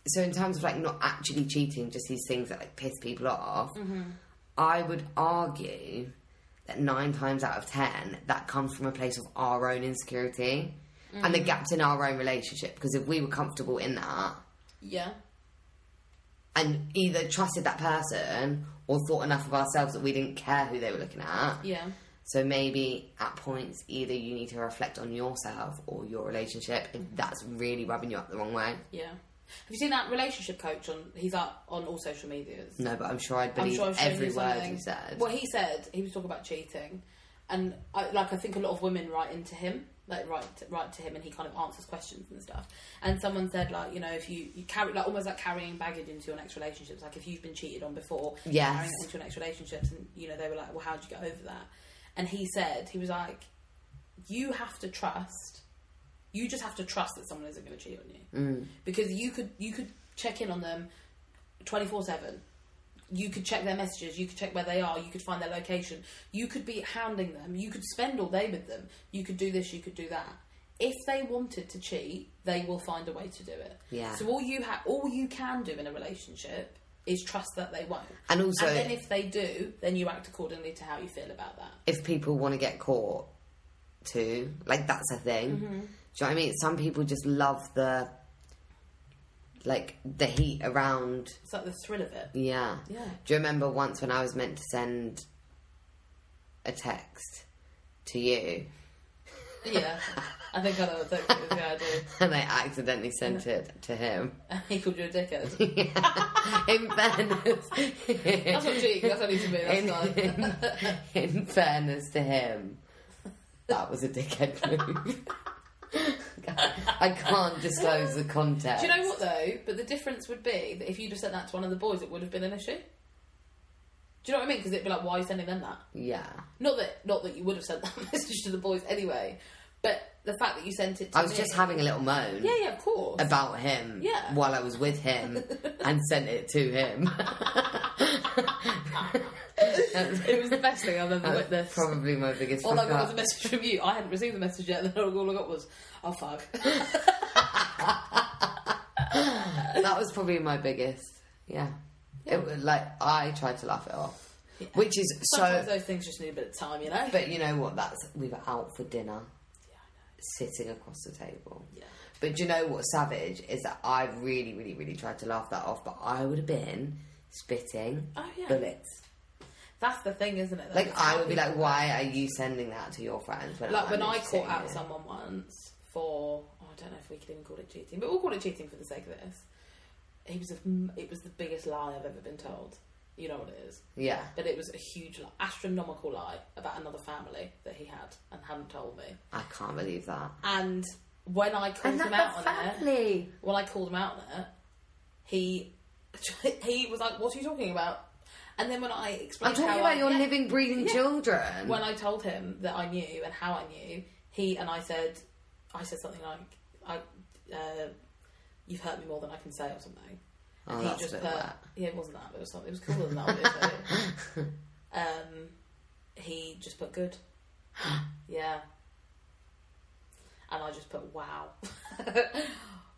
Speaker 2: so in terms of like not actually cheating just these things that like piss people off i would argue that nine times out of ten that comes from a place of our own insecurity and the gaps in our own relationship because if we were comfortable in that
Speaker 1: Yeah.
Speaker 2: and either trusted that person or thought enough of ourselves that we didn't care who they were looking at
Speaker 1: Yeah.
Speaker 2: so maybe at points either you need to reflect on yourself or your relationship if that's really rubbing you up the wrong way
Speaker 1: Yeah. Have you seen that relationship coach on? He's up on all social medias.
Speaker 2: No, but I'm sure I'd
Speaker 1: I'm
Speaker 2: believe
Speaker 1: sure I've shown
Speaker 2: every
Speaker 1: you
Speaker 2: word
Speaker 1: something.
Speaker 2: you said.
Speaker 1: Well, he said he was talking about cheating, and I, like I think a lot of women write into him, like write write to him, and he kind of answers questions and stuff. And someone said like, you know, if you, you carry like almost like carrying baggage into your next relationships, like if you've been cheated on before, you're
Speaker 2: Yes.
Speaker 1: carrying it into your next relationships, and you know they were like, well, how would you get over that? And he said he was like, you have to trust. You just have to trust that someone isn't going to cheat on you
Speaker 2: Mm.
Speaker 1: because you could you could check in on them twenty four seven you could check their messages, you could check where they are, you could find their location, you could be hounding them, you could spend all day with them, you could do this, you could do that. If they wanted to cheat, they will find a way to do it.
Speaker 2: Yeah.
Speaker 1: So all you ha- all you can do in a relationship is trust that they won't.
Speaker 2: And also-
Speaker 1: and then if they do, then you act accordingly to how you feel about that.
Speaker 2: if people want to get caught, too, like that's a thing.
Speaker 1: Mm-hmm.
Speaker 2: Do you know what I mean? Some people just love the, like the heat around.
Speaker 1: It's like the thrill of it.
Speaker 2: Yeah.
Speaker 1: Yeah.
Speaker 2: Do you remember once when I was meant to send a text to you,
Speaker 1: Yeah. I think I know what that is. Yeah, I
Speaker 2: and I accidentally sent it to him?
Speaker 1: do. He called you a dickhead.
Speaker 2: In fairness,
Speaker 1: That's not cheating. That's only to me. That's
Speaker 2: in,
Speaker 1: fine.
Speaker 2: in, in fairness to him, that was a dickhead move. I can't disclose the context.
Speaker 1: Do you know what though? But the difference would be that if you'd have sent that to one of the boys, it would have been an issue. Do you know what I mean? Because it'd be like, why are you sending them that?
Speaker 2: Yeah.
Speaker 1: Not that, not that you would have sent that message to the boys anyway, but the fact that you sent it. to
Speaker 2: I was
Speaker 1: me-
Speaker 2: just having a little moan
Speaker 1: yeah, yeah, of course.
Speaker 2: about him
Speaker 1: Yeah.
Speaker 2: while I was with him and sent it to him.
Speaker 1: it was the best thing I've ever witnessed.
Speaker 2: Probably my biggest
Speaker 1: all I
Speaker 2: fuck
Speaker 1: got was a
Speaker 2: up.
Speaker 1: message from you. I hadn't received the message yet. Then all I got was, "Oh fuck."
Speaker 2: That was probably my biggest. Yeah. It was like I tried to laugh it off. Which is so
Speaker 1: Sometimes those things just need a bit of time, you know.
Speaker 2: But you know what? That's we were out for dinner,
Speaker 1: yeah, I
Speaker 2: sitting across the table.
Speaker 1: know. Yeah.
Speaker 2: But do you know what's savage is that I really, really, really tried to laugh that off, but I would have been spitting
Speaker 1: Oh, yeah.
Speaker 2: bullets.
Speaker 1: That's the thing, isn't it? though?
Speaker 2: Like
Speaker 1: It's
Speaker 2: I
Speaker 1: how
Speaker 2: would be
Speaker 1: people-
Speaker 2: like, why are you sending that to your friends? When
Speaker 1: Like
Speaker 2: I'm
Speaker 1: when I
Speaker 2: just sitting
Speaker 1: caught out
Speaker 2: here?"
Speaker 1: someone once for oh, I don't know if we could even call it cheating, but we'll call it cheating for the sake of this. He was a, it was the biggest lie I've ever been told. You know what it is,
Speaker 2: Yeah,
Speaker 1: but it was a huge, lie, astronomical lie about another family that he had and hadn't told me.
Speaker 2: I can't believe that.
Speaker 1: And when I called him out on it,
Speaker 2: family.
Speaker 1: when I called him out on it, he he was like, "What are you talking about?" And then when I
Speaker 2: I'm
Speaker 1: explained,
Speaker 2: talking
Speaker 1: how
Speaker 2: about
Speaker 1: I,
Speaker 2: your
Speaker 1: Yeah.
Speaker 2: living, breathing children.
Speaker 1: when I told him that I knew and how I knew, he and I said, I said something like, "I, uh, you've hurt me more than I can say" or something. And
Speaker 2: Oh,
Speaker 1: he
Speaker 2: that's
Speaker 1: just
Speaker 2: a bit
Speaker 1: put,
Speaker 2: wet.
Speaker 1: yeah, it wasn't that, but it was something. It was cooler than that. I'll do it for you. um, he just put good. yeah. And I just put wow.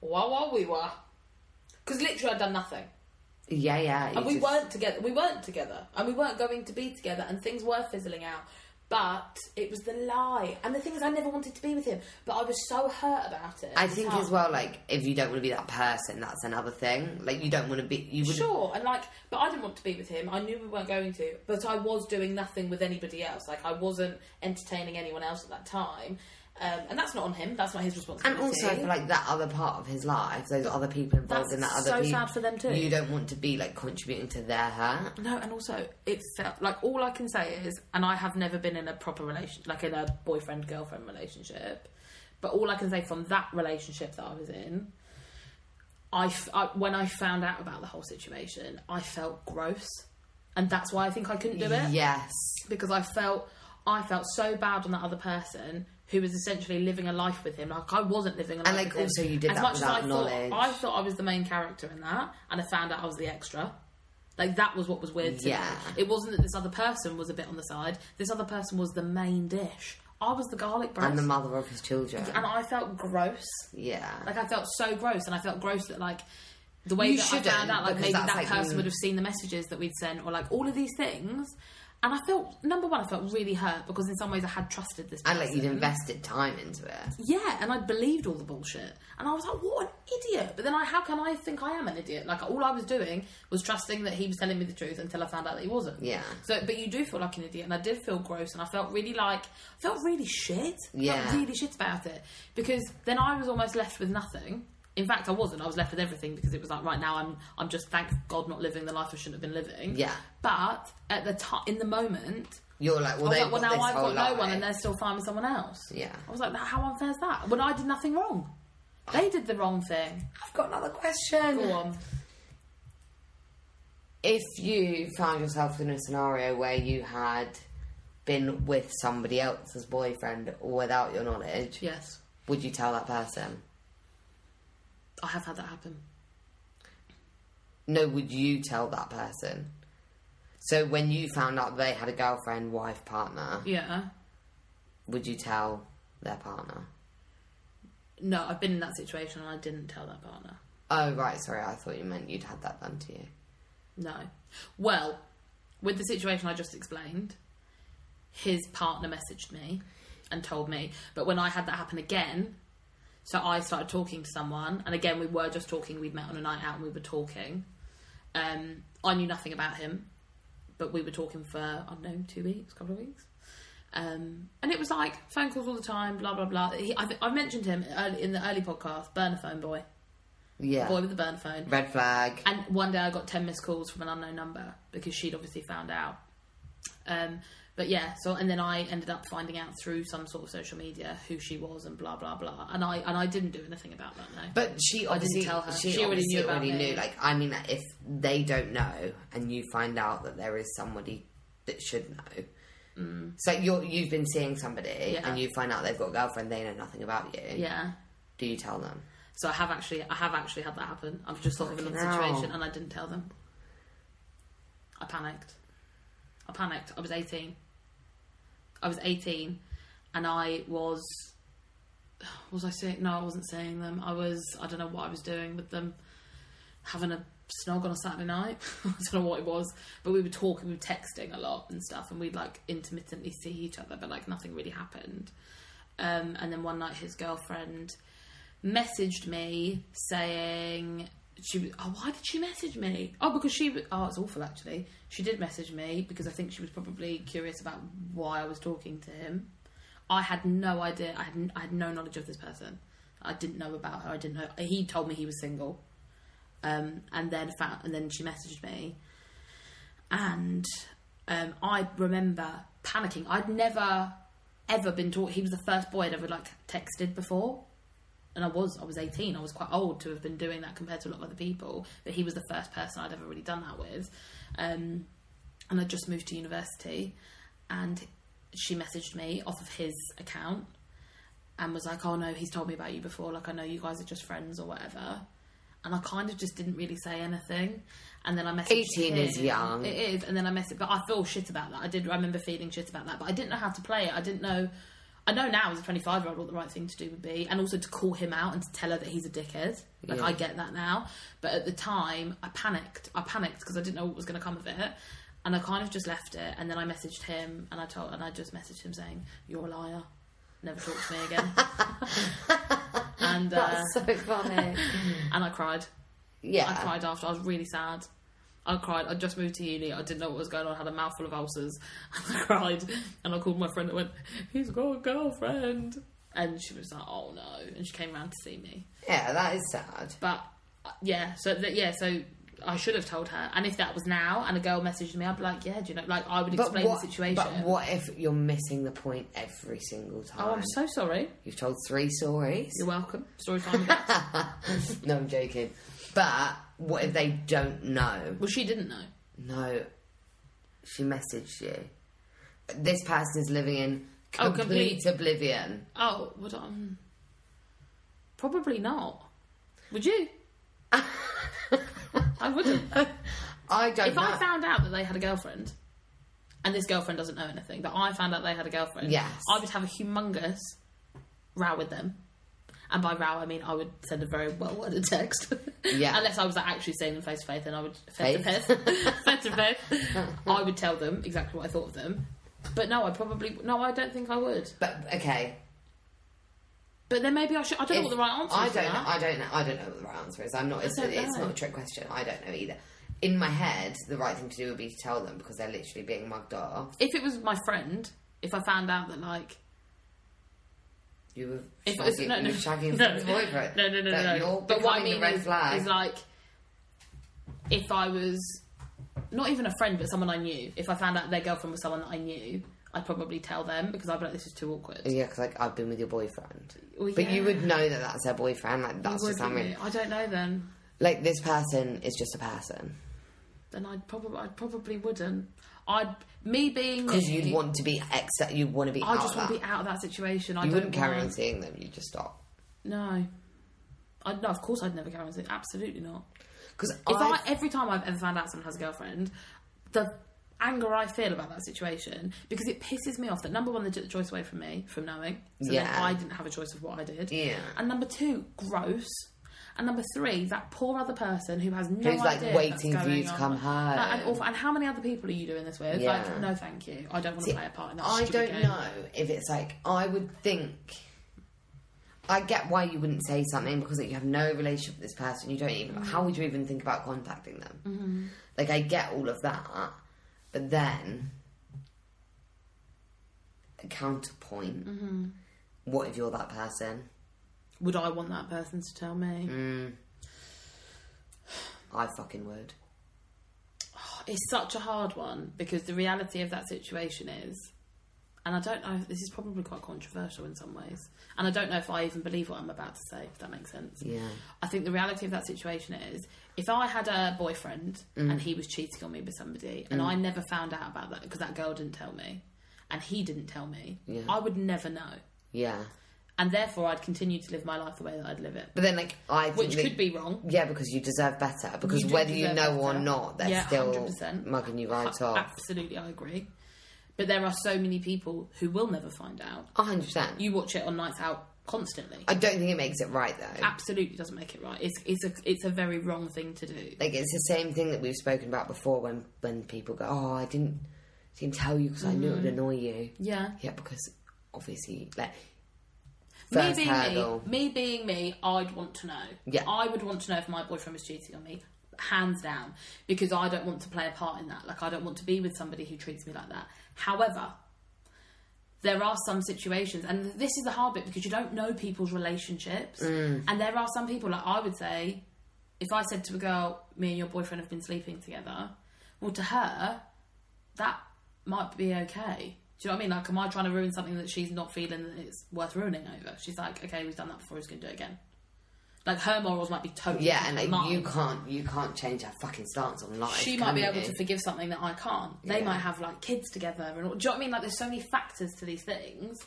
Speaker 1: wow, wow, we were. Because literally, I'd done nothing.
Speaker 2: Yeah, yeah.
Speaker 1: And
Speaker 2: you
Speaker 1: we
Speaker 2: just-
Speaker 1: weren't together. We weren't together, and we weren't going to be together. And things were fizzling out. But it was the lie. And the thing is, I never wanted to be with him. But I was so hurt about it. at
Speaker 2: I
Speaker 1: the
Speaker 2: think
Speaker 1: time.
Speaker 2: as well, like if you don't want to be that person, that's another thing. Like you don't want to be. You would.
Speaker 1: Sure, and like, but I didn't want to be with him. I knew we weren't going to, but I was doing nothing with anybody else. Like, I wasn't entertaining anyone else at that time, um, and that's not on him. That's not his
Speaker 2: And
Speaker 1: responsibility.
Speaker 2: also for like that other part of his life, those other people involved
Speaker 1: That's
Speaker 2: in that other.
Speaker 1: so
Speaker 2: you-
Speaker 1: sad for them too.
Speaker 2: You don't want to be like contributing to their hurt.
Speaker 1: No, and also it felt like all I can say is, and I have never been in a proper relation, like in a boyfriend girlfriend relationship, but all I can say from that relationship that I was in, I, f- I- when I found out about the whole situation, I felt gross, and that's why I think I couldn't do it
Speaker 2: Yes.
Speaker 1: because I felt I felt so bad on that other person who was essentially living a life with him. Like I wasn't living a life
Speaker 2: like,
Speaker 1: with him.
Speaker 2: also you did
Speaker 1: as
Speaker 2: that
Speaker 1: much
Speaker 2: without
Speaker 1: as I
Speaker 2: knowledge.
Speaker 1: Thought, I thought I was the main character in that, and I found out I was the extra. Like that was what was weird. To
Speaker 2: Yeah.
Speaker 1: me. it wasn't that this other person was a bit on the side. This other person was the main dish. I was the garlic bread,
Speaker 2: And the mother of his children.
Speaker 1: and I felt gross.
Speaker 2: Yeah.
Speaker 1: Like I felt so gross, and I felt gross that like the way
Speaker 2: You
Speaker 1: that I
Speaker 2: shouldn't,
Speaker 1: found out, like
Speaker 2: because
Speaker 1: maybe
Speaker 2: that's
Speaker 1: that
Speaker 2: like,
Speaker 1: person
Speaker 2: mm.
Speaker 1: would have seen the messages that we'd sent, or like all of these things. And I felt number one, I felt really hurt because in some ways I had trusted this.
Speaker 2: and
Speaker 1: Person.
Speaker 2: like you'd invested time into it.
Speaker 1: yeah, and I believed all the bullshit, and I was like, "What an idiot!" But then, I how can I think I am an idiot? Like all I was doing was trusting that he was telling me the truth until I found out that he wasn't.
Speaker 2: Yeah.
Speaker 1: So, but you do feel like an idiot, and I did feel gross, and I felt really like I felt really shit. I felt
Speaker 2: Yeah.
Speaker 1: really shit about it because then I was almost left with nothing. In fact, I wasn't. I was left with everything because it was like right now I'm I'm just thank God not living the life I shouldn't have been living.
Speaker 2: Yeah.
Speaker 1: But at the time, in the moment,
Speaker 2: You're like,
Speaker 1: I
Speaker 2: well,
Speaker 1: was
Speaker 2: they've
Speaker 1: like, well
Speaker 2: got
Speaker 1: now
Speaker 2: this
Speaker 1: I've
Speaker 2: whole
Speaker 1: got no
Speaker 2: life.
Speaker 1: one, and they're still fine with someone else.
Speaker 2: Yeah.
Speaker 1: I was like, "That- how unfair is that? When I did nothing wrong, they did the wrong thing.
Speaker 2: I've got another question.
Speaker 1: Go on.
Speaker 2: if you found yourself in a scenario where you had been with somebody else's boyfriend without your knowledge,
Speaker 1: Yes,
Speaker 2: would you tell that person?
Speaker 1: I have had that happen.
Speaker 2: No, would you tell that person? So when you found out they had a girlfriend, wife, partner,
Speaker 1: Yeah.
Speaker 2: would you tell their partner?
Speaker 1: No, I've been in that situation and I didn't tell that partner.
Speaker 2: Oh right, sorry, I thought you meant you'd had that done to you.
Speaker 1: No. Well, with the situation I just explained, his partner messaged me and told me. But when I had that happen again, so I started talking to someone, and again, we were just talking. We'd met on a night out and we were talking. Um, I knew nothing about him, but we were talking for, I don't know, two weeks, couple of weeks. Um, and it was like phone calls all the time, blah, blah, blah. He, I, I mentioned him early, in the early podcast, Burner Phone Boy,
Speaker 2: Yeah.
Speaker 1: boy with the burner phone.
Speaker 2: Red flag.
Speaker 1: And one day I got 10 missed calls from an unknown number because she'd obviously found out. Um, but yeah, so and then I ended up finding out through some sort of social media who she was and blah blah blah. And I and I didn't do anything about that no.
Speaker 2: But she obviously
Speaker 1: tell her.
Speaker 2: She,
Speaker 1: She already
Speaker 2: obviously
Speaker 1: knew about
Speaker 2: already
Speaker 1: me.
Speaker 2: knew. Like I mean, if they don't know and you find out that there is somebody that should know, so you're you've been seeing somebody
Speaker 1: Mm. Yeah.
Speaker 2: and you find out they've got a girlfriend, they know nothing about you.
Speaker 1: yeah.
Speaker 2: Do you tell them?
Speaker 1: So I have actually I have actually had that happen. I've just thought of another
Speaker 2: Fucking hell.
Speaker 1: situation and I didn't tell them. I panicked. I panicked. I was 18. I was 18 and I was was I seeing no, I wasn't seeing them. I was I don't know what I was doing with them. Having a snog on a Saturday night. I don't know what it was. But we were talking, we were texting a lot and stuff and we'd like intermittently see each other but like nothing really happened. Um, and then one night his girlfriend messaged me saying she oh why did she message me oh because she oh it's awful actually she did message me because i think she was probably curious about why i was talking to him i had no idea i had, I had no knowledge of this person i didn't know about her i didn't know he told me he was single um, and then found, and then she messaged me and um, I remember panicking. I'd never ever been taught. He was the first boy I'd ever like texted before, and I was I was eighteen. I was quite old to have been doing that compared to a lot of other people. But he was the first person I'd ever really done that with, um, and I just moved to university, and she messaged me off of his account. And was like, oh no, he's told me about you before. Like, I know you guys are just friends or whatever. and I kind of just didn't really say anything. And then I messaged
Speaker 2: 18 is
Speaker 1: him.
Speaker 2: young.
Speaker 1: It is, and then I messaged. But I feel shit about that. I did. I remember feeling shit about that, but I didn't know how to play it. I didn't know. I know now as a 25 year old what the right thing to do would be, and also to call him out and to tell her that he's a dickhead. Like
Speaker 2: Yeah.
Speaker 1: I get that now, but at the time I panicked. I panicked because I didn't know what was going to come of it, and I kind of just left it. And then I messaged him, and I told, and I just messaged him saying, "You're a liar. Never talk to me again." and uh,
Speaker 2: That's so funny.
Speaker 1: and I cried. I
Speaker 2: yeah.
Speaker 1: cried after. I was really sad. I cried. I just moved to uni. I didn't know what was going on. I had a mouthful of ulcers. And I cried. And I called my friend and went, He's got a girlfriend. And she was like, Oh no. And she came round to see me.
Speaker 2: Yeah, that is sad.
Speaker 1: But uh, yeah, so that, yeah, so I should have told her. And if that was now and a girl messaged me, I'd be like, Yeah, do you know? Like, I would explain the situation.
Speaker 2: But what if you're missing the point every single time?
Speaker 1: Oh, I'm so sorry.
Speaker 2: You've told three stories.
Speaker 1: You're welcome. Story time. again.
Speaker 2: no, I'm joking. But what if they don't know?
Speaker 1: well, she didn't know.
Speaker 2: No, she messaged you. This person is living in
Speaker 1: Oh,
Speaker 2: complete oblivion.
Speaker 1: Oh, would I? Um, probably not. Would you? I wouldn't.
Speaker 2: I don't
Speaker 1: If
Speaker 2: know.
Speaker 1: I found out that they had a girlfriend, and this girlfriend doesn't know anything, but I found out they had a girlfriend,
Speaker 2: Yes.
Speaker 1: I would have a humongous row with them. And by row, I mean I would send a very well worded text.
Speaker 2: Yeah.
Speaker 1: Unless I was like, actually seeing them face to face, then I would face to face,
Speaker 2: Face.
Speaker 1: face to face. I would tell them exactly what I thought of them. But no, I probably no, I don't think I would.
Speaker 2: But okay,
Speaker 1: But then maybe I should. I don't know what the right answer
Speaker 2: I
Speaker 1: is. for
Speaker 2: don't.
Speaker 1: that.
Speaker 2: Know, I don't know. I don't know what the right answer is. I'm not. It's,
Speaker 1: don't
Speaker 2: it's
Speaker 1: know.
Speaker 2: not a trick question. I don't know either. In my head, the right thing to do would be to tell them because they're literally being mugged off.
Speaker 1: if it was my friend, if I found out that like
Speaker 2: You were
Speaker 1: if it was
Speaker 2: shagging,
Speaker 1: no,
Speaker 2: you
Speaker 1: no,
Speaker 2: were shagging
Speaker 1: no,
Speaker 2: his boyfriend.
Speaker 1: No, no, no,
Speaker 2: but
Speaker 1: no.
Speaker 2: You're
Speaker 1: no. But what I
Speaker 2: becoming
Speaker 1: mean
Speaker 2: the red
Speaker 1: is,
Speaker 2: flag.
Speaker 1: is like if I was not even a friend, but someone I knew. If I found out their girlfriend was someone that I knew, I'd probably tell them because I'd be like, "This is too awkward."
Speaker 2: yeah, because like I've been with your boyfriend,
Speaker 1: Well,
Speaker 2: but you
Speaker 1: yeah.
Speaker 2: would know that that's their boyfriend. Like that's just how
Speaker 1: Wouldn't
Speaker 2: many.
Speaker 1: you? I don't know. Then,
Speaker 2: Like this person is just a person
Speaker 1: then I'd probably, I probably wouldn't. I'd me being
Speaker 2: because you want to be ex. You want to be
Speaker 1: I
Speaker 2: out
Speaker 1: just
Speaker 2: of
Speaker 1: want
Speaker 2: that.
Speaker 1: to be out of that situation. I
Speaker 2: you
Speaker 1: don't
Speaker 2: wouldn't carry
Speaker 1: want-
Speaker 2: on seeing them. You just stop.
Speaker 1: No, I no. Of course, I'd never carry on. seeing- Absolutely not.
Speaker 2: Because
Speaker 1: If I, every time I've ever found out someone has a girlfriend, the anger I feel about that situation because it pisses me off that number one they took the choice away from me from knowing, so then
Speaker 2: Yeah.
Speaker 1: I didn't have a choice of what I did.
Speaker 2: Yeah.
Speaker 1: And number two, gross. And number three, that poor other person who has no
Speaker 2: Who's, like,
Speaker 1: idea
Speaker 2: waiting
Speaker 1: what's
Speaker 2: for
Speaker 1: going
Speaker 2: you to
Speaker 1: on.
Speaker 2: come home.
Speaker 1: Like, and, awful. and how many other people are you doing this with?
Speaker 2: Yeah.
Speaker 1: Like, no, thank you. I don't want to play a part in that.
Speaker 2: I
Speaker 1: stupid
Speaker 2: don't
Speaker 1: game.
Speaker 2: know if it's like I would think. I get why you wouldn't say something because like, you have no relationship with this person. You don't even. How would you even think about contacting them? Like I get all of that, but then a counterpoint. What if you're that person? Mm.
Speaker 1: Would I want that person to tell me?
Speaker 2: I fucking would.
Speaker 1: it's such a hard one because the reality of that situation is, and I don't know, this is probably quite controversial in some ways, and I don't know if I even believe what I'm about to say, if that makes sense.
Speaker 2: Yeah.
Speaker 1: I think the reality of that situation is if I had a boyfriend
Speaker 2: Mm.
Speaker 1: and he was cheating on me with somebody and I never found out about that because that girl didn't tell me and he didn't tell me,
Speaker 2: Yeah.
Speaker 1: I would never know.
Speaker 2: Yeah.
Speaker 1: And therefore, I'd continue to live my life the way that I'd live it,
Speaker 2: But then, like, I think
Speaker 1: which
Speaker 2: that-
Speaker 1: could be wrong.
Speaker 2: Yeah, because you deserve better. Because
Speaker 1: do
Speaker 2: whether you know
Speaker 1: deserve
Speaker 2: or
Speaker 1: better.
Speaker 2: not, they're
Speaker 1: Yeah,
Speaker 2: still
Speaker 1: 100%.
Speaker 2: mugging you right
Speaker 1: A-
Speaker 2: off.
Speaker 1: Absolutely, I agree. But there are so many people who will never find out.
Speaker 2: A hundred percent.
Speaker 1: You watch it on nights out constantly.
Speaker 2: I don't think it makes it right though.
Speaker 1: Absolutely doesn't make it right. It's it's a it's a very wrong thing to do.
Speaker 2: Like it's the same thing that we've spoken about before when when people go, "Oh, I didn't didn't tell you because I knew it would
Speaker 1: Mm.
Speaker 2: annoy you."
Speaker 1: Yeah.
Speaker 2: Yeah, because obviously, like
Speaker 1: Me
Speaker 2: first
Speaker 1: being
Speaker 2: hurdle.
Speaker 1: me, me being me, I'd want to know.
Speaker 2: Yeah.
Speaker 1: I would want to know if my boyfriend was cheating on me, hands down, because I don't want to play a part in that. Like I don't want to be with somebody who treats me like that. However, there are some situations, and this is the hard bit because you don't know people's relationships,
Speaker 2: Mm.
Speaker 1: and there are some people. Like I would say, if I said to a girl, "Me and your boyfriend have been sleeping together," well, to her, that might be okay. Do you know what I mean? Like, am I trying to ruin something that she's not feeling that it's worth ruining over? She's like, okay, we've done that before, he's going to do it again. Like, her morals might be totally
Speaker 2: Yeah, and like
Speaker 1: different from
Speaker 2: you
Speaker 1: mine.
Speaker 2: can't you can't change her fucking stance on life.
Speaker 1: She might
Speaker 2: can
Speaker 1: be able
Speaker 2: you?
Speaker 1: to forgive something that I can't. They
Speaker 2: Yeah.
Speaker 1: might have like kids together, and all. do you know what I mean? Like, there's so many factors to these things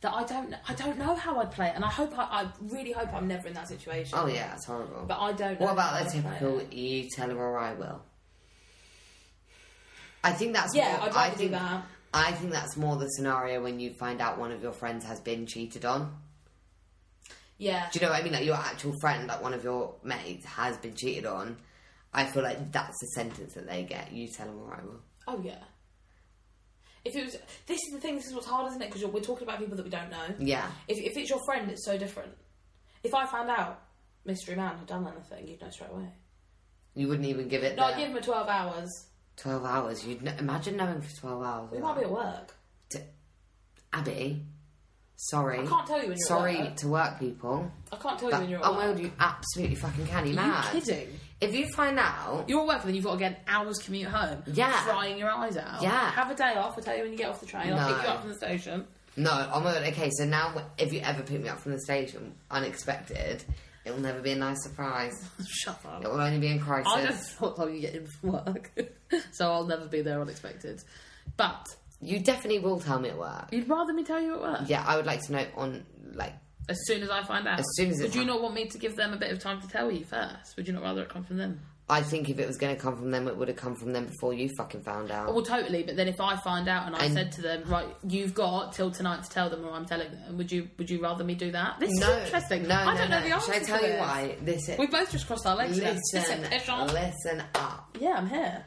Speaker 1: that I don't I don't know how I'd play it, and I hope I, I really hope I'm never in that situation.
Speaker 2: Oh yeah, it's horrible.
Speaker 1: But I don't.
Speaker 2: what
Speaker 1: know
Speaker 2: about
Speaker 1: how
Speaker 2: the
Speaker 1: I'd play
Speaker 2: typical
Speaker 1: it.
Speaker 2: "you tell her or I will"? I think that's
Speaker 1: Yeah,
Speaker 2: More,
Speaker 1: I'd
Speaker 2: I
Speaker 1: rather do
Speaker 2: think
Speaker 1: that.
Speaker 2: I think that's more the scenario when you find out one of your friends has been cheated on.
Speaker 1: Yeah,
Speaker 2: Do you know what I mean? Like your actual friend, like one of your mates, has been cheated on. I feel like that's the sentence that they get. You tell them, or I will.
Speaker 1: Oh yeah. If it was, this is the thing. This is what's hard, isn't it? Because we're talking about people that we don't know.
Speaker 2: Yeah,
Speaker 1: If if it's your friend, it's so different. If I found out mystery man had done anything, you'd know straight away.
Speaker 2: you wouldn't even give it
Speaker 1: No, I'd
Speaker 2: the
Speaker 1: give him a twelve hours.
Speaker 2: twelve hours. You'd kn- imagine knowing for twelve hours.
Speaker 1: We
Speaker 2: like,
Speaker 1: might be at work.
Speaker 2: Abby, sorry,
Speaker 1: I can't tell you when you're
Speaker 2: sorry
Speaker 1: at work.
Speaker 2: to work people.
Speaker 1: I can't tell you
Speaker 2: But,
Speaker 1: when you're at
Speaker 2: oh my
Speaker 1: work.
Speaker 2: god, you absolutely fucking can. You mad?
Speaker 1: kidding?
Speaker 2: If you find out,
Speaker 1: You're at work and then you've got to get an hour's commute home.
Speaker 2: Yeah.
Speaker 1: Crying your eyes out.
Speaker 2: Yeah.
Speaker 1: Have a day off. I'll tell you when you get off the train. I'll
Speaker 2: No.
Speaker 1: pick you up from the station.
Speaker 2: no. Oh my god. Okay, so now if you ever pick me up from the station unexpected, it will never be a nice surprise.
Speaker 1: Shut up.
Speaker 2: It will only be in crisis.
Speaker 1: I just thought time you get in from work. so I'll never be there unexpected. But
Speaker 2: You definitely will tell me at work.
Speaker 1: you'd rather me tell you at work?
Speaker 2: Yeah, I would like to know on like
Speaker 1: As soon as I find out.
Speaker 2: As soon as it
Speaker 1: Would you
Speaker 2: hap-
Speaker 1: not want me to give them a bit of time to tell you first? Would you not rather it come from them?
Speaker 2: I think if it was going to come from them, it would have come from them before you fucking found out.
Speaker 1: Well, totally. But then if I find out and I
Speaker 2: And-
Speaker 1: said to them, right, you've got till tonight to tell them, or I'm telling them, would you would you rather me do that? This
Speaker 2: no,
Speaker 1: is interesting.
Speaker 2: No,
Speaker 1: I don't know
Speaker 2: no, no.
Speaker 1: the answer.
Speaker 2: Should I tell
Speaker 1: to
Speaker 2: you
Speaker 1: this.
Speaker 2: why? This is
Speaker 1: We both just crossed our legs. then. This
Speaker 2: listen,
Speaker 1: is-
Speaker 2: listen up.
Speaker 1: Yeah, I'm here.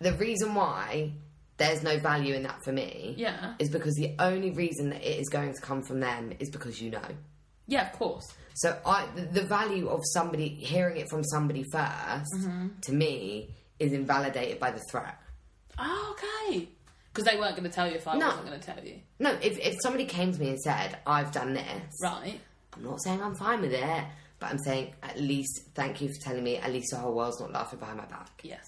Speaker 2: The reason why there's no value in that for me,
Speaker 1: Yeah.
Speaker 2: is because the only reason that it is going to come from them is because you know.
Speaker 1: Yeah, of course.
Speaker 2: So I, the- the value of somebody hearing it from somebody 1st
Speaker 1: Mm-hmm.
Speaker 2: to me is invalidated by the threat.
Speaker 1: Oh, okay. Because they weren't going to tell you if I
Speaker 2: No.
Speaker 1: wasn't going to tell you.
Speaker 2: No, if, if somebody came to me and said, I've done this,
Speaker 1: Right.
Speaker 2: I'm not saying I'm fine with it, but I'm saying at least thank you for telling me, at least the whole world's not laughing behind my back.
Speaker 1: Yes.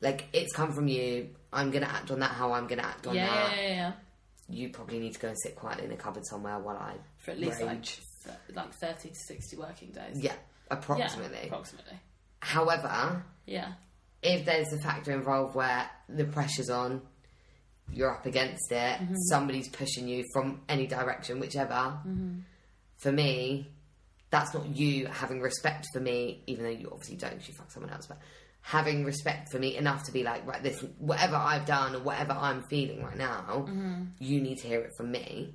Speaker 2: Like, it's come from you, I'm gonna act on that how I'm gonna act on
Speaker 1: Yeah,
Speaker 2: that.
Speaker 1: yeah, yeah, yeah.
Speaker 2: You probably need to go and sit quietly in a cupboard somewhere while I.
Speaker 1: For at least like,
Speaker 2: Rage.
Speaker 1: th- like 30 to 60 working days.
Speaker 2: Yeah,
Speaker 1: Yeah,
Speaker 2: approximately.
Speaker 1: approximately.
Speaker 2: However,
Speaker 1: Yeah.
Speaker 2: if there's a factor involved where the pressure's on, you're up against it,
Speaker 1: Mm-hmm.
Speaker 2: somebody's pushing you from any direction, whichever,
Speaker 1: Mm-hmm.
Speaker 2: for me, that's not you having respect for me, even though you obviously don't, 'cause you fuck someone else, but having respect for me enough to be like, right, this, whatever I've done or whatever I'm feeling right now,
Speaker 1: Mm-hmm.
Speaker 2: you need to hear it from me,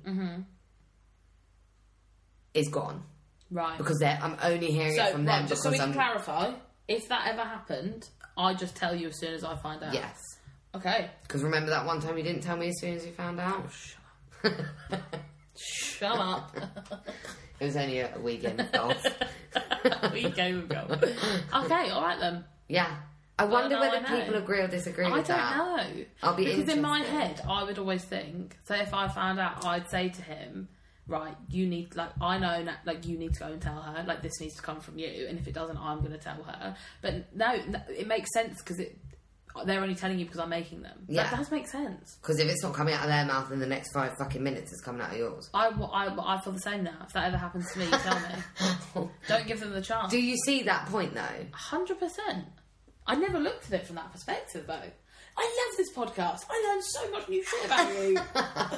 Speaker 2: is gone.
Speaker 1: Right.
Speaker 2: Because they're, I'm only hearing
Speaker 1: so,
Speaker 2: it from
Speaker 1: right,
Speaker 2: them
Speaker 1: just
Speaker 2: because
Speaker 1: so we can
Speaker 2: I'm.
Speaker 1: clarify, if that ever happened, I just tell you as soon as I find out.
Speaker 2: yes.
Speaker 1: Okay.
Speaker 2: Because remember that one time you didn't tell me as soon as you found
Speaker 1: Oh,
Speaker 2: out?
Speaker 1: Shut up.
Speaker 2: It was only a weekend of golf.
Speaker 1: we game of golf. Okay, all right then.
Speaker 2: Yeah. I wonder
Speaker 1: no,
Speaker 2: whether
Speaker 1: I know.
Speaker 2: people agree or disagree
Speaker 1: I
Speaker 2: with
Speaker 1: don't
Speaker 2: that.
Speaker 1: know.
Speaker 2: I'll be
Speaker 1: because in my
Speaker 2: interested.
Speaker 1: head, I would always think. So if I found out, I'd say to him, "Right, you need like I know na- like you need to go and tell her like this needs to come from you, and if it doesn't, I'm going to tell her." But no, n- it makes sense because it they're only telling you because I'm making them.
Speaker 2: Yeah.
Speaker 1: that does make sense.
Speaker 2: Because if it's not coming out of their mouth in the next five fucking minutes, it's coming out of yours.
Speaker 1: I, wa- I, I feel the same now. If that ever happens to me, you tell me. Don't give them the chance.
Speaker 2: Do you see that point though?
Speaker 1: Hundred percent. I never looked at it from that perspective, though. I love this podcast. I learned so much new shit about you.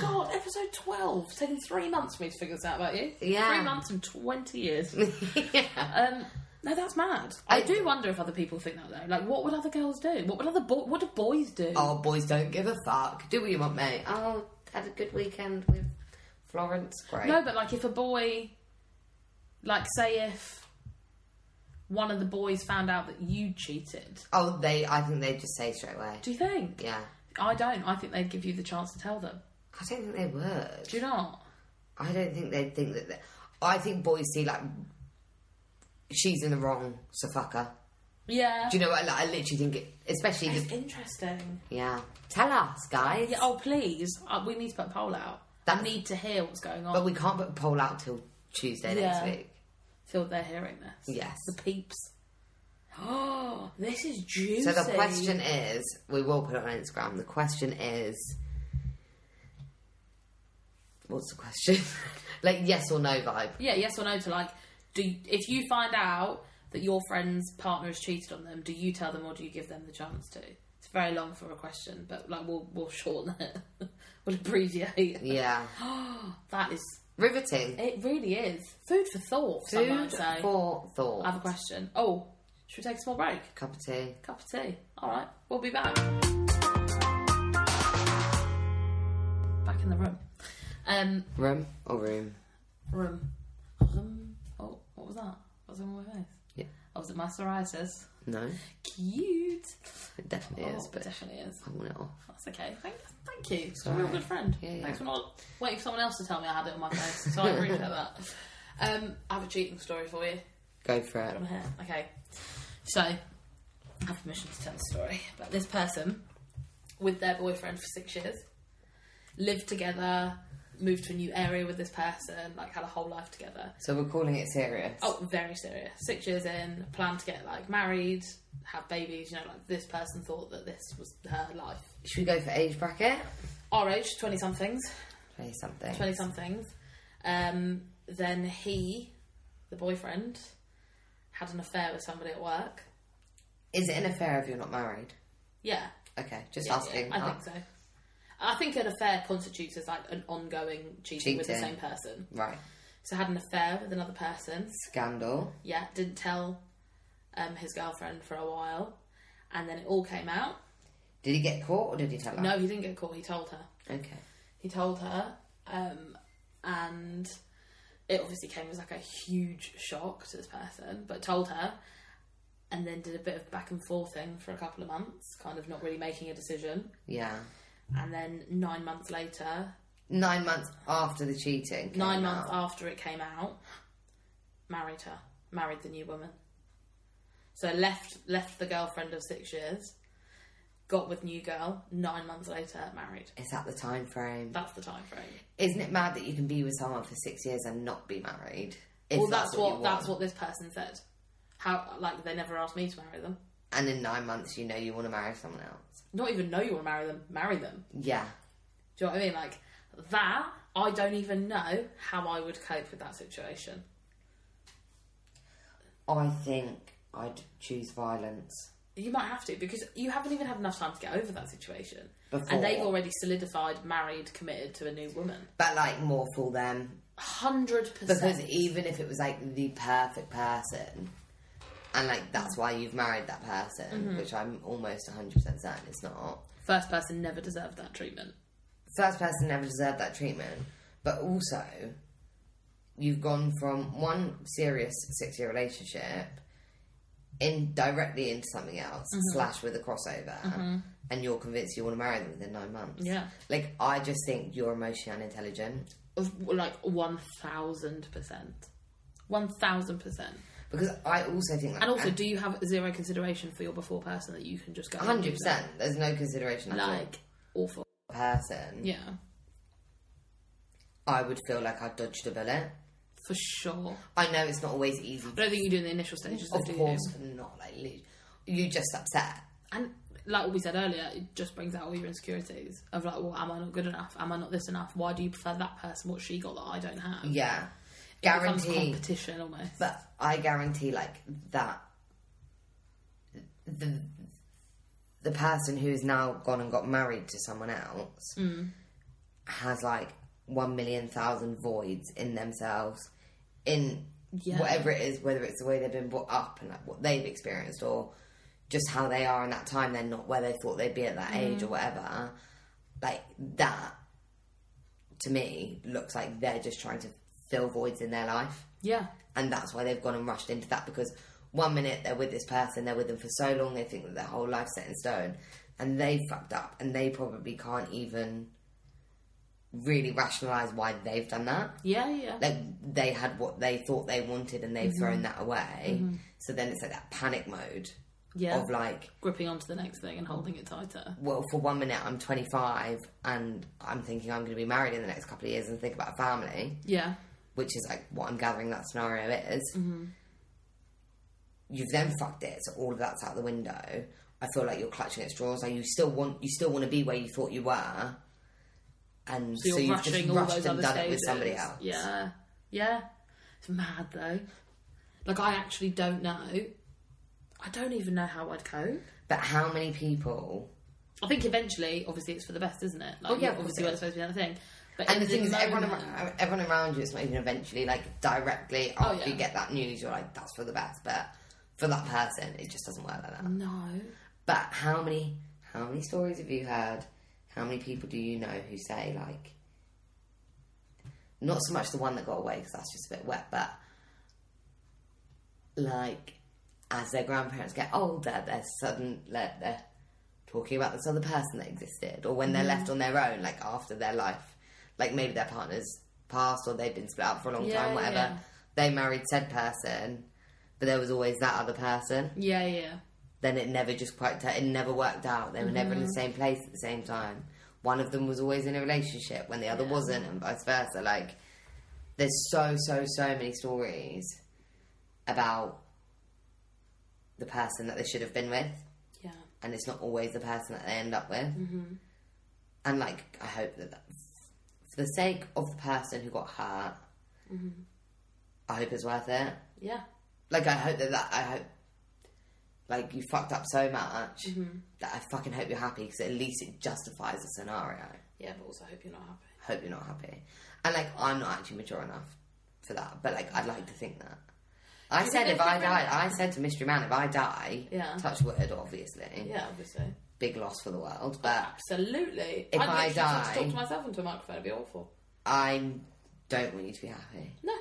Speaker 1: God, episode twelve. It's taken three months for me to figure this out about you.
Speaker 2: Yeah.
Speaker 1: three months and twenty years.
Speaker 2: yeah.
Speaker 1: um, no, that's mad. I, do wonder if other people think that though. Like, what would other girls do? What would other bo- what do boys do?
Speaker 2: Oh, boys don't give a fuck. Do what you want, mate. Oh, had a good weekend with Florence. Great.
Speaker 1: No, but like if a boy, like say if one of the boys found out that you cheated,
Speaker 2: Oh, they. I think they just say straight away.
Speaker 1: do you think?
Speaker 2: Yeah.
Speaker 1: I don't. I think they'd give you the chance to tell them.
Speaker 2: I don't think they would.
Speaker 1: Do you not?
Speaker 2: I don't think they'd think that. They, I think boys see like she's in the wrong, so fuck her.
Speaker 1: Yeah.
Speaker 2: Do you know what? Like, I literally think, it, especially the
Speaker 1: That's interesting.
Speaker 2: Yeah. Tell us, guys.
Speaker 1: Yeah, oh, please. Uh, we need to put a poll out. I
Speaker 2: That's-
Speaker 1: need to hear what's going on.
Speaker 2: But we can't put a poll out till Tuesday next
Speaker 1: Yeah.
Speaker 2: week.
Speaker 1: Feel they're hearing this.
Speaker 2: Yes.
Speaker 1: The peeps. Oh, this is juicy.
Speaker 2: So the question is, we will put it on Instagram. The question is, what's the question? like yes or no vibe.
Speaker 1: Yeah, yes or no to like, do if you find out that your friend's partner has cheated on them, do you tell them or do you give them the chance to? It's very long for a question, but like we'll we'll shorten it. we'll abbreviate.
Speaker 2: Yeah.
Speaker 1: That is
Speaker 2: Riveting.
Speaker 1: it really is. Food for thought, some might
Speaker 2: Food
Speaker 1: say.
Speaker 2: for thought.
Speaker 1: I have a question. Oh, should we take a small break?
Speaker 2: Cup of tea.
Speaker 1: Cup of tea. Alright, we'll be back. Back in the room. Um
Speaker 2: Room or room?
Speaker 1: room. Room. Oh, what was that? What was on my face?
Speaker 2: Yeah.
Speaker 1: Oh, was it my psoriasis?
Speaker 2: No,
Speaker 1: Cute.
Speaker 2: it definitely is,
Speaker 1: oh,
Speaker 2: but
Speaker 1: definitely is.
Speaker 2: I want it off.
Speaker 1: That's okay. Thank, thank you. It's a
Speaker 2: alright.
Speaker 1: real good friend.
Speaker 2: Yeah, yeah.
Speaker 1: Thanks for not waiting for someone else to tell me I had it on my face. So I appreciate that. Um, I have a cheating story for you.
Speaker 2: Go for it.
Speaker 1: Got my hair. Okay. So, I have permission to tell the story. But this person, with their boyfriend for six years, lived together, moved to a new area with this person, like had a whole life together.
Speaker 2: So we're calling it serious.
Speaker 1: Oh, very serious. Six years in, plan to get like married, have babies. You know, like this person thought that this was her life.
Speaker 2: Should we go for age bracket?
Speaker 1: Our age, twenty somethings,
Speaker 2: Play something.
Speaker 1: twenty somethings. Um, then he, the boyfriend, had an affair with somebody at work.
Speaker 2: Is it an affair if you're not married?
Speaker 1: Yeah,
Speaker 2: Okay, just
Speaker 1: yeah,
Speaker 2: asking.
Speaker 1: yeah, I think so. I think an affair constitutes as like an ongoing cheating, with the
Speaker 2: Cheating.
Speaker 1: same person.
Speaker 2: Right.
Speaker 1: So had an affair with another person.
Speaker 2: Scandal.
Speaker 1: Yeah, didn't tell um, his girlfriend for a while, and then it all came out.
Speaker 2: Did he get caught or did he tell her?
Speaker 1: No, he didn't get caught. He told her.
Speaker 2: Okay.
Speaker 1: He told her, um, and it obviously came as like a huge shock to this person. But told her, and then did a bit of back and forth thing for a couple of months, kind of not really making a decision.
Speaker 2: Yeah.
Speaker 1: And then nine months later,
Speaker 2: Nine months after the cheating. came
Speaker 1: nine
Speaker 2: out.
Speaker 1: months after it came out, married her, married the new woman. So left left the girlfriend of six years, got with new girl. Nine months later, married.
Speaker 2: It's at the time frame.
Speaker 1: That's the time frame.
Speaker 2: Isn't it mad that you can be with someone for six years and not be married? If
Speaker 1: well, that's,
Speaker 2: you
Speaker 1: what
Speaker 2: want.
Speaker 1: that's what this person said. How like they never asked me to marry them.
Speaker 2: And in nine months, you know you want to marry someone else.
Speaker 1: Not even know you want to marry them. Marry them.
Speaker 2: Yeah.
Speaker 1: Do you know what I mean? Like that. I don't even know how I would cope with that situation.
Speaker 2: I think I'd choose violence.
Speaker 1: You might have to because you haven't even had enough time to get over that situation,
Speaker 2: Before.
Speaker 1: and they've already solidified, married, committed to a new woman.
Speaker 2: But like more for them
Speaker 1: Hundred
Speaker 2: Because
Speaker 1: percent.
Speaker 2: even if it was like the perfect person, and like that's why you've married that person,
Speaker 1: Mm-hmm.
Speaker 2: which I'm almost 100% certain it's not.
Speaker 1: First person never deserved that treatment.
Speaker 2: First person never deserved that treatment, but also you've gone from one serious six year relationship in directly into something else,
Speaker 1: Mm-hmm.
Speaker 2: slash with a crossover, and you're convinced you want to marry them within nine months.
Speaker 1: Yeah.
Speaker 2: Like, I just think you're emotionally unintelligent.
Speaker 1: Of, Like one thousand percent. One thousand percent.
Speaker 2: Because I also think that.
Speaker 1: And also, do you have zero consideration for your before person that you can just go? and do
Speaker 2: Hundred percent. There's no consideration.
Speaker 1: that?
Speaker 2: at all.
Speaker 1: Like awful.
Speaker 2: person,
Speaker 1: Yeah,
Speaker 2: I would feel like I dodged a bullet.
Speaker 1: for sure.
Speaker 2: I know it's not always easy.
Speaker 1: I don't think you do in the initial stages. though,
Speaker 2: Of
Speaker 1: do you?
Speaker 2: course, not like li- you just upset.
Speaker 1: And like what we said earlier, it just brings out all your insecurities of like, well, am I not good enough? Am I not this enough? Why do you prefer that person? What she got that I don't have?
Speaker 2: Yeah,
Speaker 1: It becomes
Speaker 2: guarantee.
Speaker 1: competition almost.
Speaker 2: But I guarantee, like that, the the person who's now gone and got married to someone else has like one million thousand voids in themselves, in
Speaker 1: Yeah.
Speaker 2: whatever it is, whether it's the way they've been brought up and like what they've experienced, or just how they are in that time. They're not where they thought they'd be at that age or whatever. Like that, to me, looks like they're just trying to fill voids in their life
Speaker 1: Yeah,
Speaker 2: and that's why they've gone and rushed into that because one minute they're with this person, they're with them for so long, they think that their whole life's set in stone, and they fucked up, and they probably can't even really rationalize why they've done that.
Speaker 1: yeah, yeah.
Speaker 2: Like they had what they thought they wanted, and they've thrown that away. So then it's like that panic mode
Speaker 1: Yeah.
Speaker 2: of like,
Speaker 1: gripping onto the next thing and holding it tighter.
Speaker 2: well, for one minute I'm 25 and I'm thinking I'm going to be married in the next couple of years and think about a family.
Speaker 1: Yeah.
Speaker 2: which is like what I'm gathering that scenario is,
Speaker 1: Mm-hmm.
Speaker 2: you've then fucked it, so all of that's out the window. I feel like you're clutching at straws. Like you still want, you still want to be where you thought you were, and so,
Speaker 1: So you're
Speaker 2: you've just
Speaker 1: rushing all
Speaker 2: rushed
Speaker 1: those
Speaker 2: and
Speaker 1: other
Speaker 2: done
Speaker 1: stages.
Speaker 2: it with somebody else.
Speaker 1: Yeah. Yeah. It's mad though. Like I actually don't know. I don't even know how I'd cope.
Speaker 2: But how many people
Speaker 1: I think eventually, obviously, it's for the best, isn't it? Like,
Speaker 2: Oh, yeah, of course
Speaker 1: obviously,
Speaker 2: it
Speaker 1: we're
Speaker 2: is.
Speaker 1: supposed to be another thing. But
Speaker 2: And
Speaker 1: in
Speaker 2: the thing is, everyone
Speaker 1: moment-
Speaker 2: around, everyone around you, it's not even eventually, like, directly after
Speaker 1: Oh, yeah.
Speaker 2: you get that news, you're like, that's for the best. But for that person, it just doesn't work like that.
Speaker 1: No.
Speaker 2: But how many, how many stories have you heard? How many people do you know who say, like, not so much the one that got away, because that's just a bit wet, but, like, as their grandparents get older, they're sudden, like, they're talking about this other person that existed, or when they're left
Speaker 1: Mm.
Speaker 2: on their own, like after their life, like maybe their partner's passed or they've been split up for a long
Speaker 1: Yeah,
Speaker 2: time, whatever.
Speaker 1: yeah.
Speaker 2: They married said person, but there was always that other person.
Speaker 1: Yeah, yeah.
Speaker 2: Then it never just quite, it never worked out. They were never in the same place at the same time. One of them was always in a relationship when the other
Speaker 1: Yeah.
Speaker 2: wasn't, and vice versa. Like, there's so, so, so many stories about the person that they should have been with
Speaker 1: Yeah.
Speaker 2: and it's not always the person that they end up with. Mm-hmm. And like, I hope that, that for the sake of the person who got hurt, I hope it's worth it.
Speaker 1: Yeah.
Speaker 2: Like, I hope that, that I hope, like, you fucked up so much
Speaker 1: Mm-hmm.
Speaker 2: that I fucking hope you're happy because at least it justifies the scenario.
Speaker 1: Yeah, but also, I hope you're not happy.
Speaker 2: I hope you're not happy. And like, I'm not actually mature enough for that, but like, I'd like to think that. I
Speaker 1: think
Speaker 2: said
Speaker 1: there's
Speaker 2: if I
Speaker 1: different-
Speaker 2: died, I said to Mystery Man, if I die,
Speaker 1: Yeah.
Speaker 2: touch wood, obviously,
Speaker 1: Yeah, obviously.
Speaker 2: big loss for the world, but
Speaker 1: Absolutely.
Speaker 2: Uh, If
Speaker 1: I'd
Speaker 2: I
Speaker 1: literally have
Speaker 2: die-
Speaker 1: to talk to myself into a microphone, it'd be awful.
Speaker 2: I don't want you to be happy.
Speaker 1: No.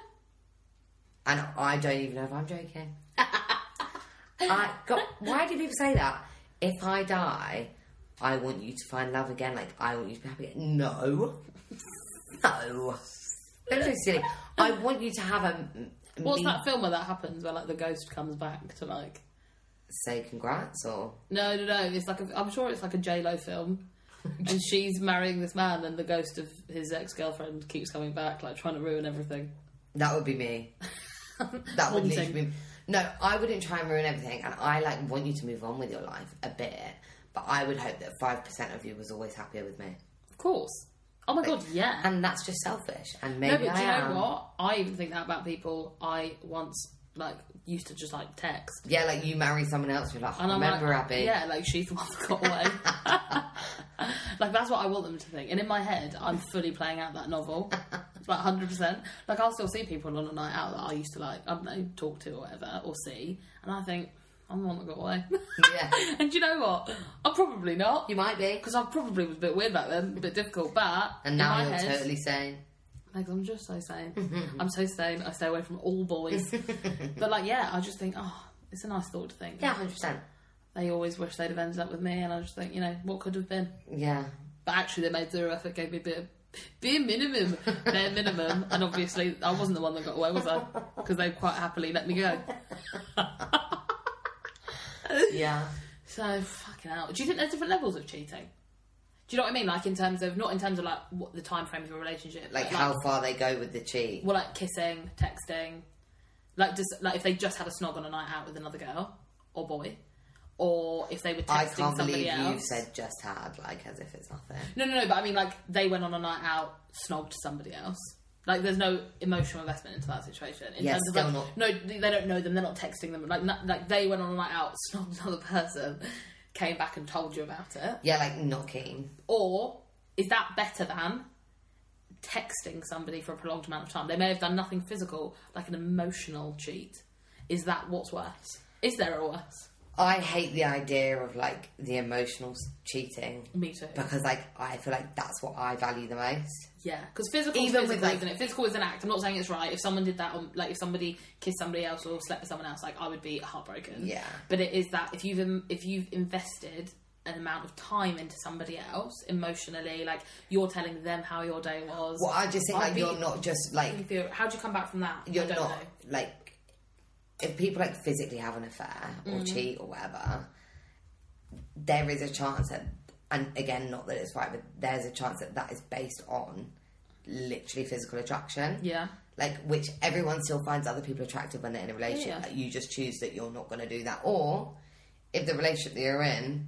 Speaker 2: And I don't even know if I'm joking. I God, why do people say that? If I die, I want you to find love again. Like I want you to be happy. Again. No, no. Don't be silly. I want you to have a. a
Speaker 1: What's
Speaker 2: me-
Speaker 1: that film where that happens, where like the ghost comes back to like?
Speaker 2: Say congrats or
Speaker 1: No, no, no. It's like a, I'm sure it's like a J Lo film, and she's marrying this man, and the ghost of his ex girlfriend keeps coming back, like trying to ruin everything.
Speaker 2: that would be me. That would
Speaker 1: Haunting.
Speaker 2: literally be. No, I wouldn't try and ruin everything, and I like want you to move on with your life a bit. But I would hope that five percent of you was always happier with me.
Speaker 1: Of course. Oh my god, yeah.
Speaker 2: and that's just selfish. And
Speaker 1: No,
Speaker 2: maybe
Speaker 1: but do
Speaker 2: I
Speaker 1: you
Speaker 2: am.
Speaker 1: know what? I even think that about people I once like used to just like text.
Speaker 2: Yeah, like you marry someone else, you're like,
Speaker 1: And I'm
Speaker 2: remember,
Speaker 1: like,
Speaker 2: Abby?
Speaker 1: Yeah, like she's the one that got away. like that's what I want them to think. And in my head, I'm fully playing out that novel, like hundred percent. Like I'll still see people on a night out that I used to like, I don't know, talk to or whatever, or see, and I think I'm the one that got away.
Speaker 2: Yeah.
Speaker 1: and do you know what? I'm probably not
Speaker 2: you might be.
Speaker 1: because I probably was a bit weird back then, a bit difficult. But
Speaker 2: And now
Speaker 1: in my
Speaker 2: you're
Speaker 1: head,
Speaker 2: totally sane.
Speaker 1: like I'm just so sane. I'm so sane. I stay away from all boys. but like, yeah, I just think, oh, it's a nice thought to think.
Speaker 2: Yeah, hundred percent.
Speaker 1: They always wish they'd have ended up with me, and I just think, you know, what could have been.
Speaker 2: Yeah.
Speaker 1: But actually, they made zero effort, gave me a bit of bare minimum, bare minimum, and obviously, I wasn't the one that got away, was I? Because they quite happily let me go.
Speaker 2: Yeah.
Speaker 1: So fucking hell. Do you think there's different levels of cheating? Do you know what I mean? Like in terms of not in terms of like what the time frame of your relationship, but,
Speaker 2: Like how far they go with the cheat.
Speaker 1: Well, like kissing, texting, like just like if they just had a snog on a night out with another girl or boy, or if they were texting
Speaker 2: I can't
Speaker 1: somebody
Speaker 2: believe
Speaker 1: else.
Speaker 2: you've said just had, like as if it's nothing.
Speaker 1: No, no, no. But I mean, like they went on a night out, snogged somebody else. Like there's no emotional investment into that situation. In
Speaker 2: Yeah,
Speaker 1: terms of
Speaker 2: still
Speaker 1: like,
Speaker 2: not-
Speaker 1: no, they don't know them. They're not texting them. Like no, like they went on a night out, snogged another person, came back and told you about it.
Speaker 2: Yeah, like not keen.
Speaker 1: Or is that better than texting somebody for a prolonged amount of time? They may have done nothing physical, like an emotional cheat. Is that what's worse? Is there a worse?
Speaker 2: I hate the idea of like the emotional s- cheating
Speaker 1: Me too.
Speaker 2: because like I feel like that's what I value the most.
Speaker 1: Yeah, because physical
Speaker 2: Even
Speaker 1: is
Speaker 2: with,
Speaker 1: physical,
Speaker 2: like-
Speaker 1: isn't it? Physical is an act. I'm not saying it's right. If someone did that, on, like if somebody kissed somebody else or slept with someone else, like I would be heartbroken.
Speaker 2: Yeah.
Speaker 1: But it is that if you've im- if you've invested an amount of time into somebody else emotionally, like you're telling them how your day was.
Speaker 2: Well, I just think
Speaker 1: I'd
Speaker 2: like
Speaker 1: be-
Speaker 2: you're not just like
Speaker 1: If you're- How do you come back from that? I
Speaker 2: you're
Speaker 1: don't
Speaker 2: not
Speaker 1: know.
Speaker 2: like if people like physically have an affair or
Speaker 1: Mm.
Speaker 2: cheat or whatever there is a chance that and again not that it's right but there's a chance that that is based on literally physical attraction
Speaker 1: Yeah.
Speaker 2: like which everyone still finds other people attractive when they're in a relationship
Speaker 1: Yeah.
Speaker 2: like you just choose that you're not going to do that or if the relationship that you're in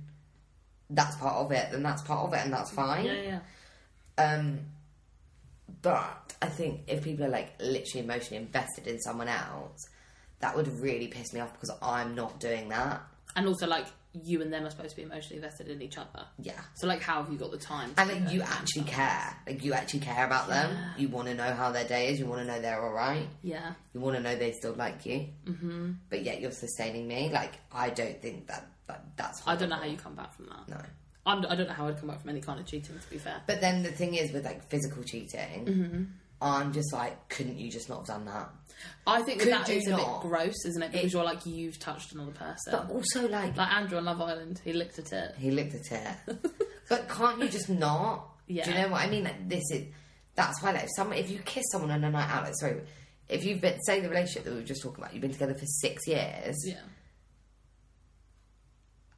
Speaker 2: that's part of it then that's part of it and that's fine
Speaker 1: Yeah, yeah.
Speaker 2: um, but I think if people are like literally emotionally invested in someone else, that would really piss me off because I'm not doing that.
Speaker 1: and also like you and them are supposed to be emotionally invested in each other.
Speaker 2: Yeah.
Speaker 1: So like, how have you got the time? to
Speaker 2: And
Speaker 1: do
Speaker 2: like
Speaker 1: it?
Speaker 2: you actually care. Like you actually care about them.
Speaker 1: Yeah.
Speaker 2: You want to know how their day is. You want to know they're all right.
Speaker 1: yeah,
Speaker 2: You want to know they still like you. Mm-hmm. But yet you're sustaining me. Like I don't think that, that that's.
Speaker 1: I don't know how
Speaker 2: horrible.
Speaker 1: you come back from that.
Speaker 2: No.
Speaker 1: I'm, I don't know how I'd come back from any kind of cheating. To be fair,
Speaker 2: But then the thing is with like physical cheating,
Speaker 1: Mm-hmm.
Speaker 2: I'm just like, couldn't you just not have done that?
Speaker 1: I think that,
Speaker 2: Could
Speaker 1: that
Speaker 2: you
Speaker 1: is a
Speaker 2: not?
Speaker 1: bit gross, isn't it? Because you're like you've touched another person.
Speaker 2: But also like
Speaker 1: like Andrew on Love Island, he licked a tit.
Speaker 2: he looked at it. but can't you just not? Do you
Speaker 1: Yeah.
Speaker 2: know what I mean? Like this is that's why like if someone if you kiss someone on a night out, like sorry, if you've been say the relationship that we were just talking about, you've been together for six years
Speaker 1: Yeah.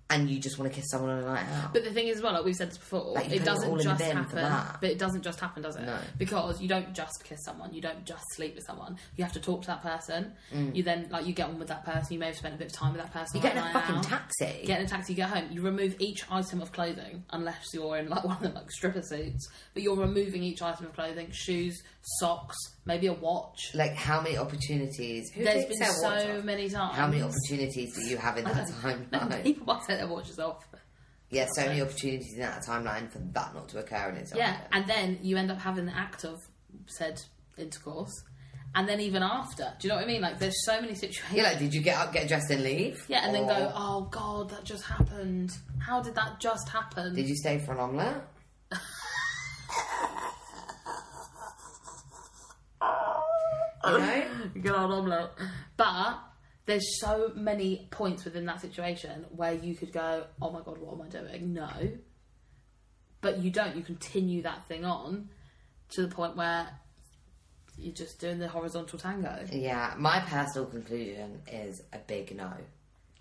Speaker 2: and you just want to kiss someone on a night out.
Speaker 1: But the thing is, well, like we've said this before,
Speaker 2: Like, you
Speaker 1: it
Speaker 2: put it
Speaker 1: doesn't
Speaker 2: all in the
Speaker 1: just
Speaker 2: bin for
Speaker 1: happen.
Speaker 2: that.
Speaker 1: But it doesn't just happen, does it?
Speaker 2: No.
Speaker 1: Because you don't just kiss someone, you don't just sleep with someone. You have to talk to that person. You then like you get on with that person. You may have spent a bit of time with that person.
Speaker 2: Mm. you
Speaker 1: on
Speaker 2: get in
Speaker 1: that
Speaker 2: a
Speaker 1: night
Speaker 2: fucking
Speaker 1: out.
Speaker 2: taxi.
Speaker 1: Get in a taxi, get home. You remove each item of clothing, unless you're in like one of the like stripper suits. But you're removing each item of clothing: shoes, socks, maybe a watch.
Speaker 2: Like how many opportunities who
Speaker 1: There's been
Speaker 2: takes their watch
Speaker 1: so
Speaker 2: off?
Speaker 1: many times.
Speaker 2: how many opportunities do you have in that timeline?
Speaker 1: People might take their watches off.
Speaker 2: Yeah, so many opportunities in that timeline for that not to occur and it's
Speaker 1: Yeah, and then you end up having the act of said intercourse, and then even after. Do you know what I mean? Like, there's so many situations.
Speaker 2: You're like, did you get up, get dressed, and leave?
Speaker 1: Yeah, and then go,
Speaker 2: Or
Speaker 1: oh god, that just happened. How did that just happen?
Speaker 2: Did you stay for an omelette? you know?
Speaker 1: Good old omelette. But there's so many points within that situation where you could go, oh my god, what am I doing? No. But you don't. You continue that thing on to the point where you're just doing the horizontal tango.
Speaker 2: Yeah, my personal conclusion is a big no.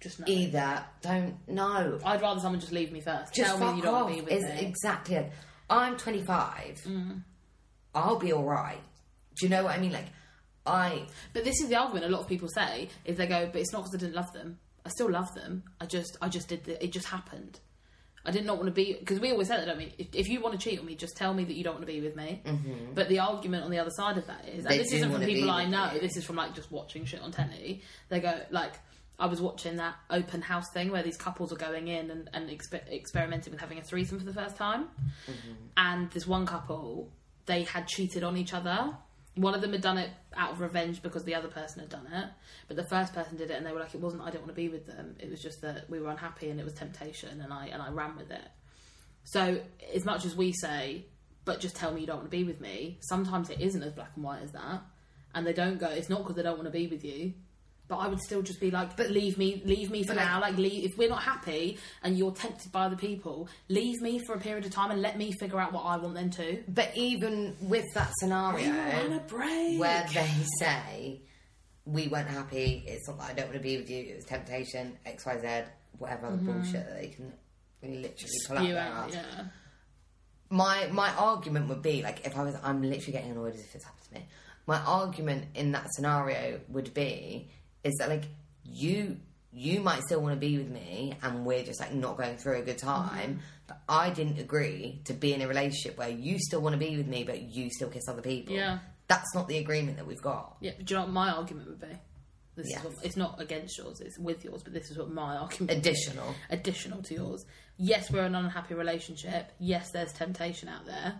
Speaker 1: Just no.
Speaker 2: Either don't know.
Speaker 1: I'd rather someone just leave me first.
Speaker 2: Just
Speaker 1: Tell
Speaker 2: fuck
Speaker 1: me you don't
Speaker 2: off.
Speaker 1: want to be with
Speaker 2: is
Speaker 1: me. Mm.
Speaker 2: exactly. It. I'm 25. I'll be all right. Do you know what I mean? Like, I
Speaker 1: But this is the argument a lot of people say is they go, but it's not because I didn't love them. I still love them. I just, I just did the, it. Just happened. I did not want to be because we always say that. Don't we? If, if you want to cheat on me, just tell me that you don't want to be with me. But the argument on the other side of that is, and
Speaker 2: Mm-hmm. They
Speaker 1: this
Speaker 2: do
Speaker 1: isn't from
Speaker 2: wanna be
Speaker 1: people I
Speaker 2: with
Speaker 1: know.
Speaker 2: you.
Speaker 1: This is from like just watching shit on telly. They go like. I was watching that open house thing where these couples are going in and, and exper- experimenting with having a threesome for the first time and this one couple they had cheated on each other one of them had done it out of revenge because the other person had done it but the first person did it and they were like it wasn't i didn't want to be with them it was just that we were unhappy and it was temptation and i and i ran with it so as much as we say but just tell me you don't want to be with me sometimes it isn't as black and white as that and they don't go it's not because they don't want to be with you but I would still just be like, but leave me, leave me for
Speaker 2: like-
Speaker 1: now. Like, leave, if we're not happy and you're tempted by other people, leave me for a period of time and let me figure out what I want them to.
Speaker 2: But even with that scenario,
Speaker 1: And a break.
Speaker 2: where they say we weren't happy, it's not that I don't want to be with you, it was temptation, X, Y, Z, whatever other bullshit that they can literally pull out
Speaker 1: you
Speaker 2: their
Speaker 1: Mm-hmm. out,
Speaker 2: ass.
Speaker 1: yeah.
Speaker 2: My my argument would be like if I was I'm literally getting annoyed as if it's happened to me. My argument in that scenario would be is that like you you might still want to be with me and we're just like not going through a good
Speaker 1: Mm-hmm.
Speaker 2: time, but I didn't agree to be in a relationship where you still want to be with me but you still kiss other people.
Speaker 1: Yeah.
Speaker 2: That's not the agreement that we've got.
Speaker 1: Yeah, but do you know what my argument would be? This
Speaker 2: Yes.
Speaker 1: is what, it's not against yours, it's with yours, but this is what my argument
Speaker 2: additional.
Speaker 1: additional to yours. Yes, we're an unhappy relationship. Yes, there's temptation out there.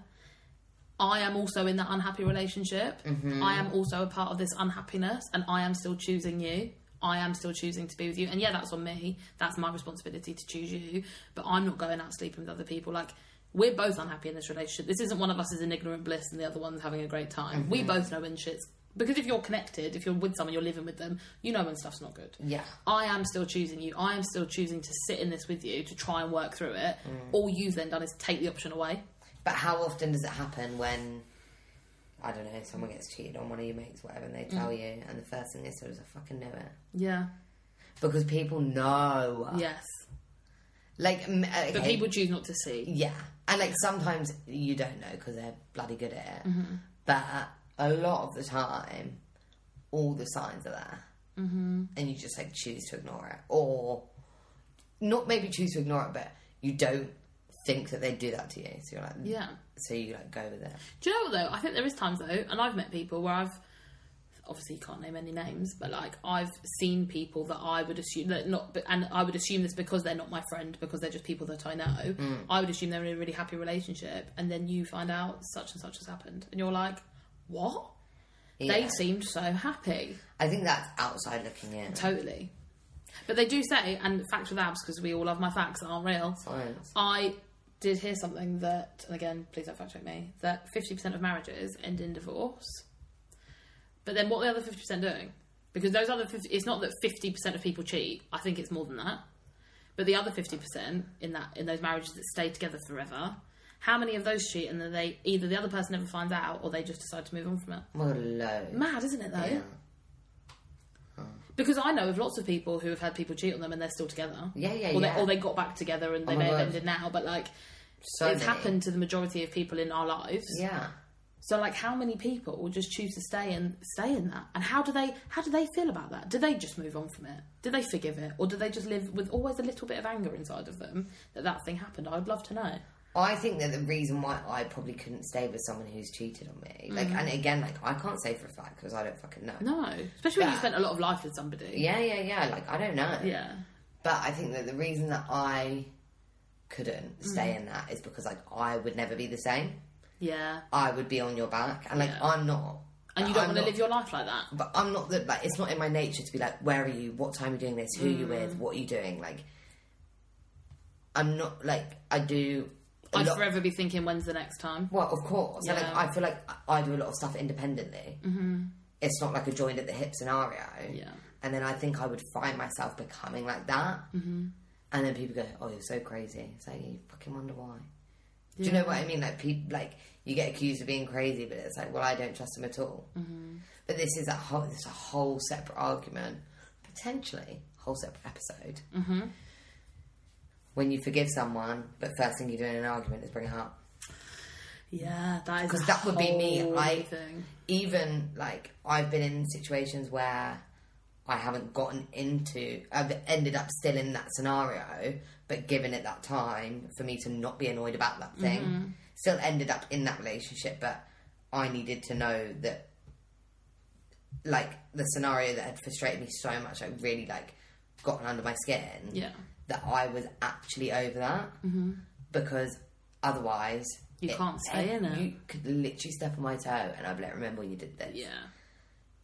Speaker 1: I am also in that unhappy relationship. I am also a part of this unhappiness, and I am still choosing you. I am still choosing to be with you. And yeah, that's on me. That's my responsibility to choose you. But I'm not going out sleeping with other people. Like, we're both unhappy in this relationship. This isn't one of us is in ignorant bliss and the other one's having a great time. We both know when shit's. Because if you're connected, if you're with someone, you're living with them, you know when stuff's not good.
Speaker 2: Yeah.
Speaker 1: I am still choosing you. I am still choosing to sit in this with you to try and work through it.
Speaker 2: Mm.
Speaker 1: All you've then done is take the option away.
Speaker 2: But how often does it happen when I don't know, someone gets cheated on one of your mates, whatever,
Speaker 1: Mm.
Speaker 2: and they tell you, and the first thing they said is, "I fucking knew it,"
Speaker 1: Yeah.
Speaker 2: because people know.
Speaker 1: Yes.
Speaker 2: Like, m- Ah. uh, okay,
Speaker 1: But people choose not to see.
Speaker 2: yeah, and like sometimes you don't know because they're bloody good at it.
Speaker 1: Mm-hmm.
Speaker 2: But a lot of the time, all the signs are there, mm-hmm. and you just like choose to ignore it, or not maybe choose to ignore it, but you don't think that they do that to you, so you're like,
Speaker 1: Yeah.
Speaker 2: so you like go with it.
Speaker 1: Do you know what though? I think there is times though, and I've met people where I've obviously you can't name any names, but like I've seen people that I would assume that not, but and I would assume this because they're not my friend because they're just people that I know.
Speaker 2: Mm.
Speaker 1: I would assume they're in a really happy relationship, and then you find out such and such has happened, and you're like, what? They
Speaker 2: Yeah.
Speaker 1: seemed so happy,
Speaker 2: I think that's outside looking in.
Speaker 1: totally. But they do say, and facts with abs because we all love my facts that aren't real.
Speaker 2: Science.
Speaker 1: I did hear something that, and again, please don't fact check me, that 50% of marriages end in divorce. But then what are the other 50% doing? Because those other 50, it's not that 50% of people cheat. I think it's more than that. But the other 50% in that in those marriages that stay together forever, how many of those cheat and then they either the other person never finds out or they just decide to move on from it?
Speaker 2: Well, low.
Speaker 1: Mad, isn't it though?
Speaker 2: Yeah.
Speaker 1: Because I know of lots of people who have had people cheat on them and they're still together.
Speaker 2: Yeah, yeah,
Speaker 1: or
Speaker 2: yeah.
Speaker 1: They, or they got back together and they
Speaker 2: Oh my
Speaker 1: may have
Speaker 2: God.
Speaker 1: ended now, but like
Speaker 2: So
Speaker 1: it's
Speaker 2: many.
Speaker 1: happened to the majority of people in our lives.
Speaker 2: Yeah.
Speaker 1: So like how many people will just choose to stay and stay in that? And how do they how do they feel about that? Do they just move on from it? Do they forgive it? Or do they just live with always a little bit of anger inside of them that that thing happened? I would love to know.
Speaker 2: I think that the reason why I probably couldn't stay with someone who's cheated on me, like,
Speaker 1: Mm.
Speaker 2: and again, like, I can't say for a fact because I don't fucking know.
Speaker 1: No, especially when you
Speaker 2: Yeah.
Speaker 1: spent a lot of life with somebody.
Speaker 2: Yeah, yeah, yeah. Like, I don't know.
Speaker 1: Yeah.
Speaker 2: But I think that the reason that I couldn't
Speaker 1: Mm.
Speaker 2: stay in that is because, like, I would never be the same.
Speaker 1: Yeah.
Speaker 2: I would be on your back, and like,
Speaker 1: Yeah.
Speaker 2: I'm not.
Speaker 1: And you
Speaker 2: I'm
Speaker 1: don't want to
Speaker 2: not-
Speaker 1: live your life like that.
Speaker 2: But I'm not that. Like, it's not in my nature to be like, where are you? What time are you doing this? Who are you with? What are you doing? Like, I'm not like I do. a
Speaker 1: I'd
Speaker 2: lot-
Speaker 1: forever be thinking when's the next time.
Speaker 2: Well, of course. And,
Speaker 1: Yeah.
Speaker 2: like, I feel like I- I do a lot of stuff independently. Mm-hmm. It's not like a joined at the hip scenario.
Speaker 1: Yeah.
Speaker 2: And then I think I would find myself becoming like that. Mm-hmm. And then people go, "Oh, you're so crazy." It's like you fucking wonder why. Do you know what I mean? Like people, like you get accused of being crazy, but it's like, well, I don't trust them at all. Mm-hmm. But this is a whole, this is a whole separate argument, potentially whole separate episode. Mm-hmm. When you forgive someone, but first thing you do in an argument is bring it up.
Speaker 1: Yeah, that is
Speaker 2: 'Cause
Speaker 1: a
Speaker 2: that would be me,
Speaker 1: whole
Speaker 2: I-
Speaker 1: thing.
Speaker 2: even like I've been in situations where I haven't gotten into, I've ended up still in that scenario, but given it that time for me to not be annoyed about that thing, still ended up in that relationship, but I needed to know that, like, the scenario that had frustrated me so much, I really, like, gotten under my skin,
Speaker 1: Yeah.
Speaker 2: that I was actually over that mm-hmm. because otherwise.
Speaker 1: You can't stay in it.
Speaker 2: You could literally step on my toe and I'd be like, remember when you did this
Speaker 1: Yeah.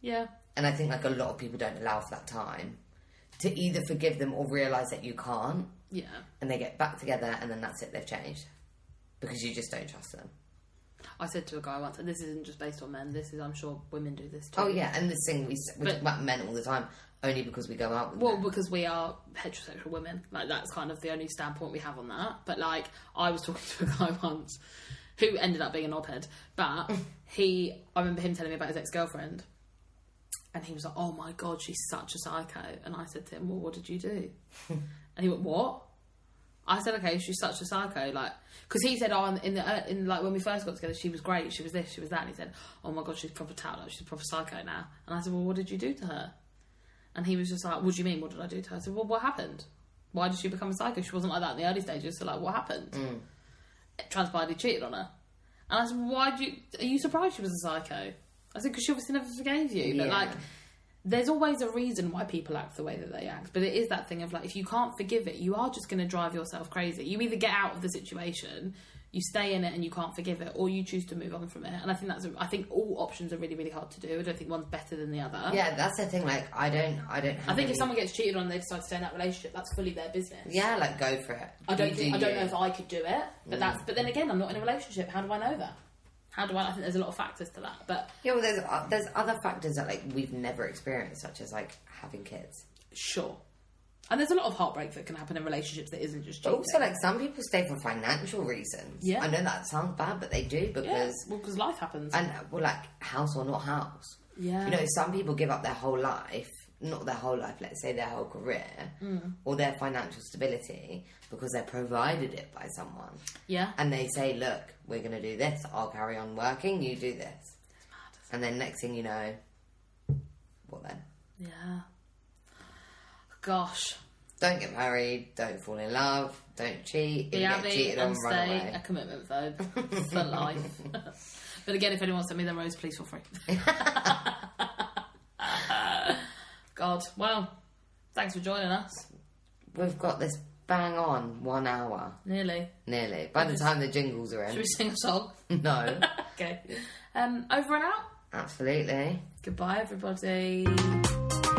Speaker 1: Yeah.
Speaker 2: and I think like a lot of people don't allow for that time to either forgive them or realize that you can't,
Speaker 1: Yeah.
Speaker 2: and they get back together, and then that's it. They've changed because you just don't trust them.
Speaker 1: I said to a guy once, and this isn't just based on men. This is, I'm sure, women do this too.
Speaker 2: Oh yeah, and this thing we, s- we talk about men all the time, only because we go out with
Speaker 1: Well,
Speaker 2: men.
Speaker 1: because we are heterosexual women, like that's kind of the only standpoint we have on that. But like, I was talking to a guy once who ended up being an op-ed, but he, I remember him telling me about his ex-girlfriend, and he was like, "Oh my god, she's such a psycho." And I said to him, "Well, what did you do?" and he went, "What?" I said, "Okay, she's such a psycho." Like, because he said, "Oh, in- in the uh, in like when we first got together, she was great, she was this, she was that." And he said, "Oh my god, she's proper tatted up, she's a proper psycho now." And I said, "Well, what did you do to her?" And he was just like, What do you mean? What did I do to her? I said, Well, what happened? Why did she become a psycho? She wasn't like that in the early stages. So, like, what happened? It transpired he cheated on her. And I said, Why do you, are you surprised she was a psycho? I said, Because she obviously never forgave you. But,
Speaker 2: Yeah.
Speaker 1: like, there's always a reason why people act the way that they act. But it is that thing of, like, if you can't forgive it, you are just going to drive yourself crazy. You either get out of the situation, you stay in it and you can't forgive it, or you choose to move on from it. And I think that's, a, I think all options are really, really hard to do. I don't think one's better than the other.
Speaker 2: yeah, that's the thing. Like I don't, I don't. Have
Speaker 1: I think if
Speaker 2: any-
Speaker 1: someone gets cheated on and they decide to stay in that relationship, that's fully their business.
Speaker 2: yeah, like go for it.
Speaker 1: I don't
Speaker 2: You
Speaker 1: think, I
Speaker 2: you.
Speaker 1: don't know if I could do it, but that's but then again, I'm not in a relationship. How do I know that? How do I? I think there's a lot of factors to that, but
Speaker 2: Yeah, well, there's uh, there's other factors that like we've never experienced, such as like having kids.
Speaker 1: sure. And there's a lot of heartbreak that can happen in relationships that isn't just
Speaker 2: But
Speaker 1: cheating.
Speaker 2: also, like some people stay for financial reasons.
Speaker 1: Yeah.
Speaker 2: I know that sounds bad, but they do because
Speaker 1: yeah, well, because life happens.
Speaker 2: and uh, well, like house or not house.
Speaker 1: yeah,
Speaker 2: You know, some people give up their whole life, not their whole life, let's say their whole career
Speaker 1: Mm.
Speaker 2: or their financial stability because they're provided it by someone.
Speaker 1: yeah,
Speaker 2: And they say, look, we're going to do this. I'll carry on working. You do this. And then next thing you know, what then?
Speaker 1: yeah. Gosh,
Speaker 2: Don't get married. Don't fall in love. Don't cheat. If
Speaker 1: be
Speaker 2: you get
Speaker 1: happy
Speaker 2: cheated
Speaker 1: and
Speaker 2: on,
Speaker 1: stay
Speaker 2: run away.
Speaker 1: a commitment though for life. but again, if anyone wants to meet their rose, please feel free. God. Well, thanks for joining us.
Speaker 2: We've got this bang on one hour,
Speaker 1: Nearly.
Speaker 2: nearly. By the time the jingles are
Speaker 1: Should
Speaker 2: in.
Speaker 1: we sing a song?
Speaker 2: No.
Speaker 1: okay. Um, over and out.
Speaker 2: Absolutely.
Speaker 1: Goodbye, everybody.